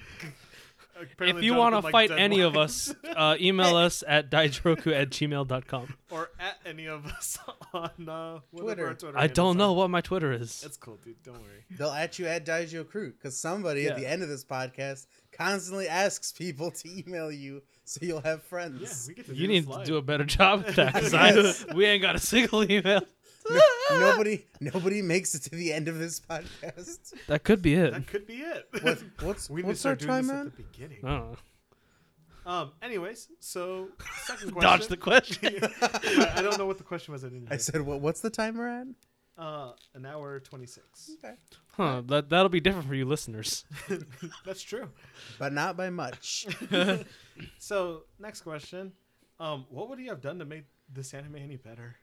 S4: If
S1: Apparently
S4: you
S1: Jonathan
S4: want to
S1: liked
S4: fight
S1: dead
S4: any of
S1: wives.
S4: us, uh, email us at daijiroku at gmail.com.
S1: or at any of us on uh,
S5: Twitter.
S1: Twitter. Twitter
S4: I don't
S1: handles
S4: know
S1: are.
S4: what my Twitter is.
S1: It's cool, dude. Don't worry.
S5: They'll at you at Daijio Crew because somebody at
S4: Yeah.
S5: the end of this podcast constantly asks people to email you so you'll have
S1: Yeah,
S5: friends.
S1: we get to
S4: You need to do a
S1: it.
S4: better job at that because I we ain't got a single email.
S5: nobody, nobody makes it to the end of this podcast.
S4: That could be it.
S1: That could be it.
S5: What, what's
S1: we need to
S5: what's our
S1: start doing
S5: time
S1: this at
S5: on?
S1: the beginning.
S4: I don't know.
S1: Um. Anyways, so second question.
S4: Dodge the question.
S1: I I don't know what the question was. I didn't.
S5: I
S1: Hear.
S5: said, what, what's the timer at?
S1: Uh, an hour twenty six.
S4: Huh, that, that'll be different for you listeners.
S1: That's true.
S5: But not by much.
S1: So next question. Um, what would he have done to make this anime any better?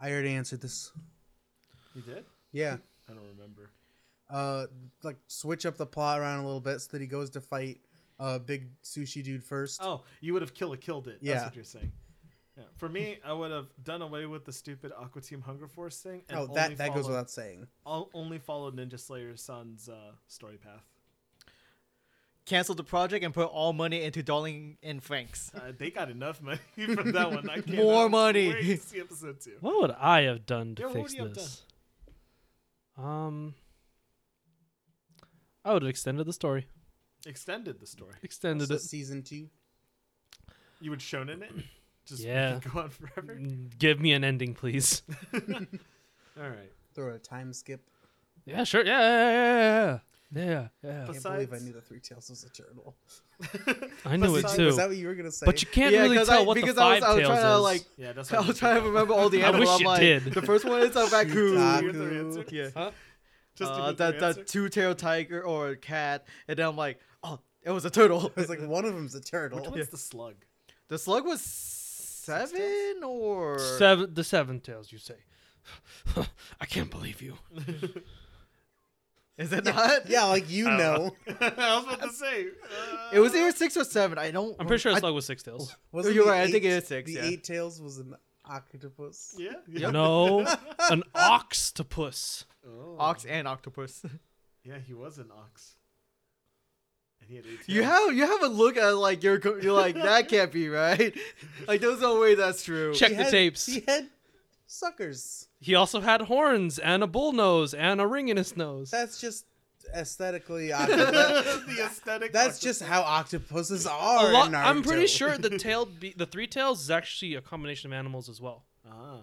S5: I already answered this.
S1: You did?
S5: Yeah.
S1: I don't remember.
S5: uh like switch up the plot around a little bit so that he goes to fight uh big sushi dude first.
S1: Oh, you would have kill killed it.
S5: Yeah.
S1: That's what you're saying. Yeah. For me, I would have done away with the stupid Aqua Team Hunger Force thing. And
S5: oh, that
S1: only
S5: that goes
S1: followed-
S5: without saying.
S1: I'll only follow Ninja Slayer's son's uh, story path.
S3: Cancel the project and put all money into Darling and Franks.
S1: Uh, they got enough money from that one. I can't
S3: More money.
S1: Wait to see episode two.
S4: What would I have done to
S1: Yeah, what
S4: fix
S1: would you have
S4: this? Um, I would have extended the story.
S1: Extended the story.
S4: Extended
S5: So
S4: it.
S5: season two.
S1: You would shown in it. Just
S4: Yeah.
S1: go on forever.
S4: Mm, Give me an ending, please.
S1: All right.
S5: Throw a time skip.
S4: yeah, sure. Yeah, yeah, yeah, yeah, yeah. yeah.
S5: Can't
S1: Besides-
S5: believe I knew the three tails was a turtle.
S4: I knew it
S5: Was
S4: too.
S5: that what you were gonna say?
S4: but you can't
S3: Yeah,
S4: really
S3: 'cause
S4: tell
S3: I-
S4: what the
S3: because I was-
S4: five
S3: I was
S4: tails
S3: trying to,
S4: is.
S3: like-
S1: Yeah, that's
S3: I
S1: what
S3: was trying to remember all the
S4: I
S3: animals.
S4: wish
S3: I'm
S4: you
S3: like,
S4: did.
S3: the first one is a raccoon.
S5: Shutaku.
S1: Your third answer?
S3: Yeah.
S1: Just
S3: Uh,
S1: the,
S3: the the two tailed tiger or a cat, and then I'm like, oh, it was a turtle.
S5: It's like one of them's a turtle.
S1: Which one's the slug?
S3: The slug was seven or
S4: Seven, the seven tails, you say. I can't believe you.
S3: is it not?
S5: Yeah, like you
S1: I don't
S5: know.
S1: I was about to say. uh,
S3: It was either six or seven. I don't.
S4: I'm pretty sure
S3: I,
S4: it's like with six tails.
S5: Wasn't
S3: You're
S5: the
S3: right, I think it
S5: eight-
S3: is six,
S5: The
S3: yeah.
S5: eight tails was an octopus.
S1: Yeah. yeah.
S4: No, an octopus.
S1: Oh.
S3: ox and octopus.
S1: Yeah, he was an ox. And he had eight
S3: You
S1: tails.
S3: have you have a look at like you're co- you're like that can't be right. Like there's no way that's true.
S4: Check
S5: He
S4: the
S5: had-
S4: tapes.
S5: He had suckers.
S4: He also had horns and a bull nose and a ring in his nose.
S5: That's just aesthetically octopus.
S1: the aesthetic.
S5: That's just how octopuses
S4: A
S5: are.
S4: lot-
S5: in Naruto.
S4: I'm pretty sure the tail, be, the three tails, is actually a combination of animals as well.
S1: Ah.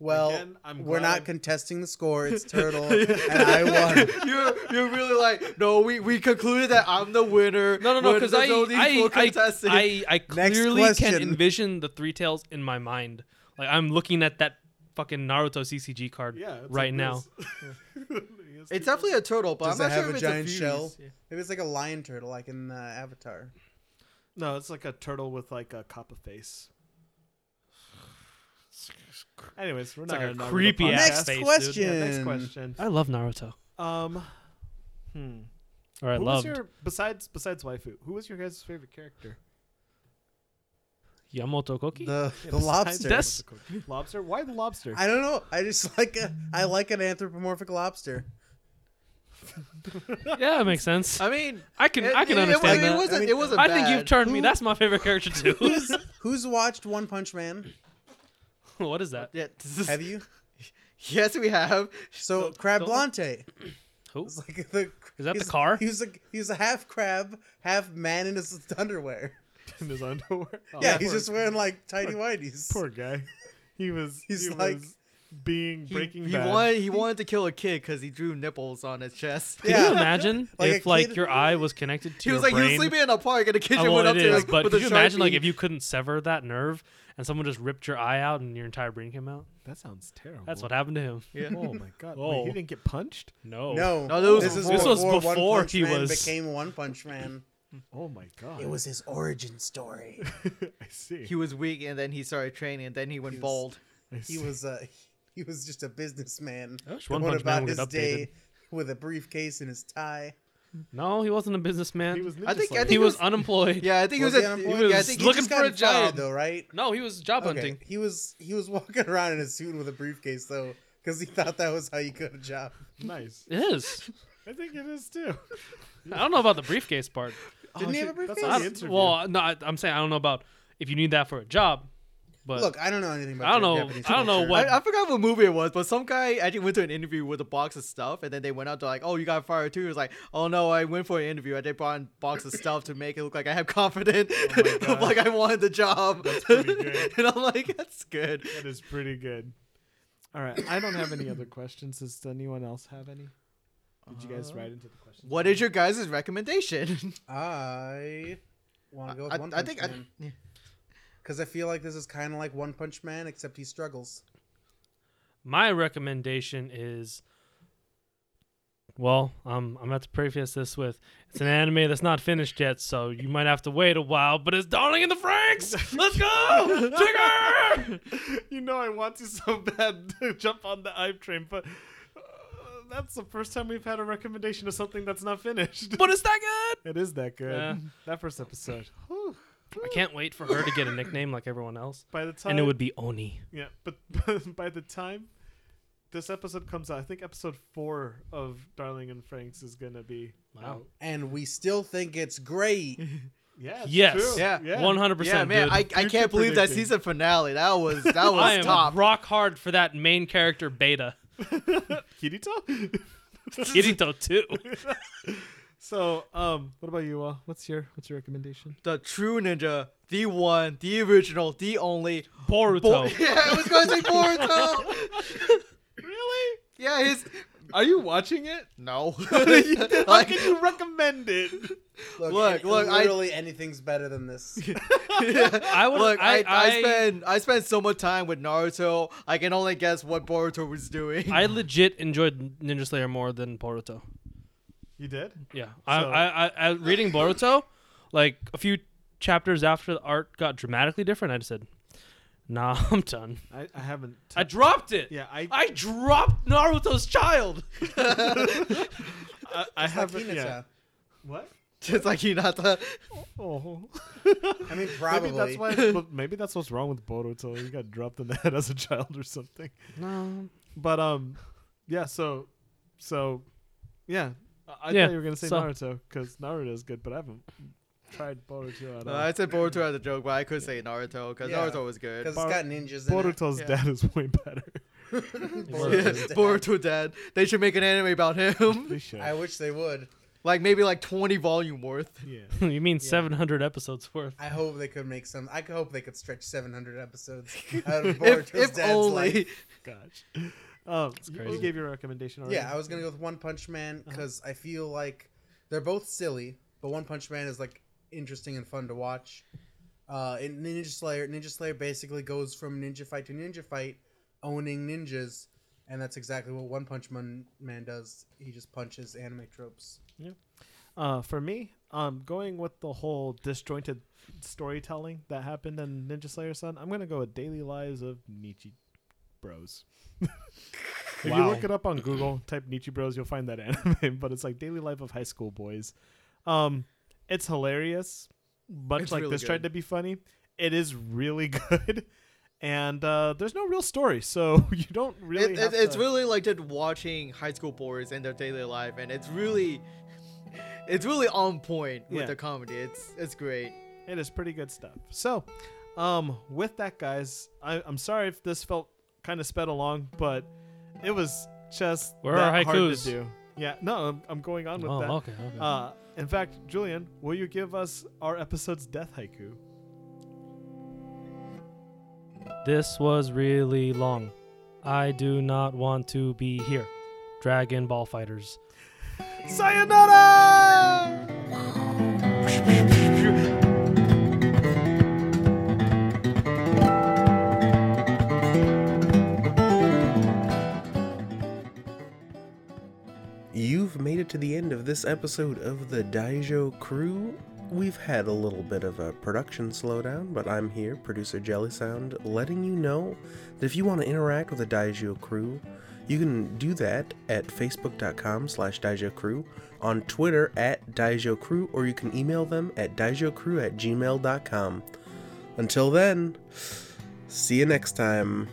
S5: Well,
S1: Again, I'm
S5: we're
S1: glad-
S5: not contesting the score. It's turtle, and I won.
S3: you're you're really like no. We we concluded that I'm the winner.
S4: No, no, no,
S3: We're-
S4: because I,
S3: there's no need
S4: I,
S3: for
S4: I,
S3: contesting.
S4: I, I
S5: Next
S4: clearly can
S5: question.
S4: envision the three tails in my mind. Like I'm looking at that fucking Naruto CCG card
S1: Yeah. it's
S4: right
S1: like
S4: now.
S1: this.
S3: It's definitely a turtle, but
S5: Does
S3: I'm
S5: it
S3: not sure
S5: have
S3: if
S5: a
S3: it's
S5: giant
S3: a fuse.
S5: shell? Maybe it's like a lion turtle, like in uh, Avatar.
S1: no. It's like a turtle with like a copper face. Anyways, we're not
S4: like a
S1: on Naruto
S4: creepy
S1: podcast.
S4: ass
S5: Next
S4: face, dude.
S5: question.
S1: Yeah, next question.
S4: I love Naruto,
S1: Um, hmm.
S4: or I
S1: who
S4: loved
S1: was your besides besides waifu? Who was your guys' favorite character?
S4: Yamato Koki.
S5: The
S1: Yeah,
S5: the
S1: besides
S5: lobster.
S4: That's-
S1: Naruto Koki. lobster. Why the lobster?
S5: I don't know. I just like a. I like an anthropomorphic lobster.
S4: yeah, it makes sense.
S3: I mean,
S4: I can,
S3: it-
S4: I can
S3: it-
S4: understand
S3: it,
S4: that.
S3: It wasn't.
S5: I mean,
S3: it wasn't.
S4: I think you've
S3: bad.
S4: turned me. That's my favorite character too.
S5: Who's who's watched One Punch Man?
S4: what is that?
S3: Yeah, this is-
S5: Have you?
S3: Yes, we have.
S5: So Crab Blante.
S4: Who?
S5: It's like the.
S4: Is that the
S5: he's-
S4: car?
S5: He was a he was a half crab, half man in his underwear.
S1: in his underwear. Oh,
S5: yeah, he's
S1: poor,
S5: just wearing like tidy whities.
S1: poor guy. He was.
S5: He's
S1: he
S5: like-
S1: was being
S3: He,
S1: Breaking
S3: he
S1: Bad.
S3: wanted. He wanted to kill a kid because he drew nipples on his chest.
S5: Yeah.
S4: Can you imagine
S5: Like a
S4: if like
S5: kid-
S4: your eye was connected to
S3: He
S4: your
S3: was like
S4: brain?
S3: he was sleeping in a park and the kitchen
S4: I well,
S3: went up
S4: it
S3: to
S4: is,
S3: him
S4: but
S3: with
S4: could
S3: a
S4: you imagine like
S3: Sharpie.
S4: if you couldn't sever that nerve and someone just ripped your eye out and your entire brain came out?
S1: That sounds terrible.
S4: That's what happened to him.
S3: Yeah.
S1: Oh my god!
S4: Oh.
S1: Wait, he didn't get punched.
S4: No.
S5: No,
S3: No, that was
S5: this is
S3: before-
S5: this was before,
S4: before
S5: One Punch
S4: he
S5: Man
S4: was-
S5: became One Punch Man.
S1: Oh my god!
S5: It was his origin story.
S1: I see.
S3: He was weak and then he started training and then he went
S5: was-
S3: bald.
S1: I
S5: He
S1: see.
S5: was uh, he was just a businessman
S4: wish
S5: going
S4: One Punch Man
S5: about
S4: would
S5: his
S4: get
S5: day with a briefcase and his tie.
S4: No, he wasn't a businessman.
S1: He was.
S3: I think-
S1: ninja
S3: I
S1: slayer.
S3: think-
S4: He was unemployed.
S3: Yeah, I think
S5: Was
S3: he
S5: he
S3: was, a,
S5: unemployed?
S3: yeah, I
S4: was
S3: think
S5: He
S4: looking
S5: just
S4: for
S5: got
S4: a job.
S5: fired, though, right?
S4: No, he was job
S5: Okay,
S4: hunting.
S5: he was he was walking around in a suit with a briefcase though, because he thought that was how you got a job.
S1: nice.
S4: It is.
S1: I think it is too.
S4: I don't know about the briefcase part.
S5: Didn't he have a briefcase?
S1: That's
S4: I
S1: on the
S4: don't-
S1: interview.
S4: well, no, I, I'm saying I don't know about if you need that for a job, but
S5: Look, I don't know anything about.
S4: I don't know-
S5: Japanese
S4: I don't know
S5: culture.
S4: what-
S3: I, I forgot what movie it was, but some guy actually went to an interview with a box of stuff, and then they went out to like, "Oh, you got fired too." He was like, "Oh no, I went for an interview. I did brought in a box of stuff to make it look like I have confidence,
S4: Oh
S1: God.
S3: like I wanted the job."
S1: pretty good.
S3: and I'm like, "That's good."
S1: That is pretty good. All right, I don't have any other questions. Does anyone else have any? Did you guys write into the questions?
S3: What is your guys' recommendation?
S5: I want to go with
S3: I,
S5: One
S3: I
S5: Punch
S3: think I,
S5: Man because I, feel like this is kind of like One Punch Man, except he struggles.
S4: my recommendation is well um, i'm about to preface this with it's an anime that's not finished yet so you might have to wait a while but it's darling in the franks let's go trigger
S1: you know, I want to so bad to jump on the hype train, but uh, that's the first time we've had a recommendation of something that's not finished.
S4: but it's that good
S1: It is that good.
S4: Yeah.
S1: That first episode. Whew.
S4: i can't wait for her to get a nickname like everyone else
S1: By the time
S4: and it would be oni
S1: yeah, but by the time this episode comes out, I think episode four of Darling and Franks is gonna be
S4: Wow.
S1: out.
S5: And we still think it's great.
S1: Yeah. it's
S4: Yes.
S1: true.
S3: Yeah.
S1: Yeah.
S4: 100%
S3: yeah, man,
S4: dude.
S3: I, I
S1: Future
S3: can't believe that
S1: predicting.
S3: season finale. That was that was
S4: I am
S3: top.
S4: rock hard for that main character beta
S1: Kirito.
S4: kirito too
S1: so, um, what about you? Uh, what's your what's your recommendation?
S3: The true ninja, the one, the original, the only.
S4: boruto
S3: Bo- yeah, I was going to say Boruto.
S1: Really?
S3: yeah, his.
S1: Are you watching it?
S3: No.
S1: How
S3: like,
S1: can you recommend it?
S5: Look,
S3: Look,
S5: and
S3: look, I-
S5: literally anything's better than this.
S4: i would
S3: look, I, I,
S4: I,
S3: spend I spend so much time with Naruto. I can only guess what Boruto was doing.
S4: I legit enjoyed ninja slayer more than boruto
S1: You did?
S4: Yeah, I,
S1: So-
S4: I, I, I reading Boruto, like a few chapters after the art got dramatically different, I just said, Nah, I'm done.
S1: I, I haven't.
S4: I dropped it.
S1: yeah, I
S4: I dropped Naruto's child.
S1: I, I haven't.
S5: Hinata.
S1: Yeah. What?
S3: Just like Hinata.
S1: Oh,
S5: I mean, probably.
S1: maybe that's why. but maybe that's what's wrong with Boruto. He got dropped in the head as a child or something.
S4: No.
S1: But um, yeah. So, so, yeah. I, I
S4: Yeah,
S1: thought you were gonna say
S4: so-
S1: Naruto because Naruto is good, but I haven't tried Boruto at
S3: No,
S1: all.
S3: I said Boruto as a joke, but I could say Naruto because
S5: Yeah.
S3: Naruto was good.
S5: Because
S1: Bar-
S5: it's got ninjas in
S1: Boruto's
S3: yeah.
S1: dad is way better.
S5: it.
S3: Yeah,
S5: Boruto's dead.
S3: Boruto dead. They should make an anime about
S1: They
S3: him.
S1: should.
S5: I wish they would.
S3: like maybe like 20 volume worth.
S1: yeah.
S4: you mean 700 episodes worth?
S5: I hope they could make some. I hope they could stretch 700 episodes out of Boruto's
S3: If, if
S5: dad's
S3: only.
S5: life.
S1: Gosh. Um, you, you
S4: crazy.
S1: gave your recommendation already.
S5: Yeah, I was gonna go with One Punch Man because I feel like they're both silly, but One Punch Man is like interesting and fun to watch. Uh, in Ninja Slayer, Ninja Slayer basically goes from ninja fight to ninja fight, owning ninjas, and that's exactly what One Punch Man man does. He just punches anime tropes.
S1: Uh, for me, um, going with the whole disjointed storytelling that happened in Ninja Slayer Sun, I'm gonna go with Daily Lives of Nietzsche Bros. if you
S4: Wow.
S1: look it up on Google, type Nietzsche Bros, you'll find that anime. But it's like Daily Life of High School Boys. Um, it's hilarious, much
S3: It's
S1: like
S3: really
S1: this tried
S3: good.
S1: to be funny. It is really good, and uh, there's no real story, so you don't really.
S3: it,
S1: have
S3: it, it's
S1: to-
S3: really like just watching high school boys in their daily life, and it's really, it's really on point
S1: Yeah.
S3: with the comedy. It's it's great.
S1: It is pretty good stuff. So, um, with that, guys, I, I'm sorry if this felt kind of sped along, but it was just
S4: Where
S1: that
S4: are
S1: hard
S4: haikus?
S1: to do. Yeah, no, I'm, I'm going on with
S4: Oh,
S1: that.
S4: okay. okay.
S1: Uh, in fact, Julian, will you give us our episode's death haiku?
S4: This was really long. I do not want to be here. Dragon Ball Fighters.
S1: Sayonara!
S6: You've made it to the end of this episode of the Daijo Crew. We've had a little bit of a production slowdown, but I'm here, producer Jelly Sound, letting you know that if you want to interact with the Daijo Crew, you can do that at facebook.com slash Daijo Crew, on Twitter at Daijo Crew, or you can email them at daijocrew at gmail.com. Until then, see you next time.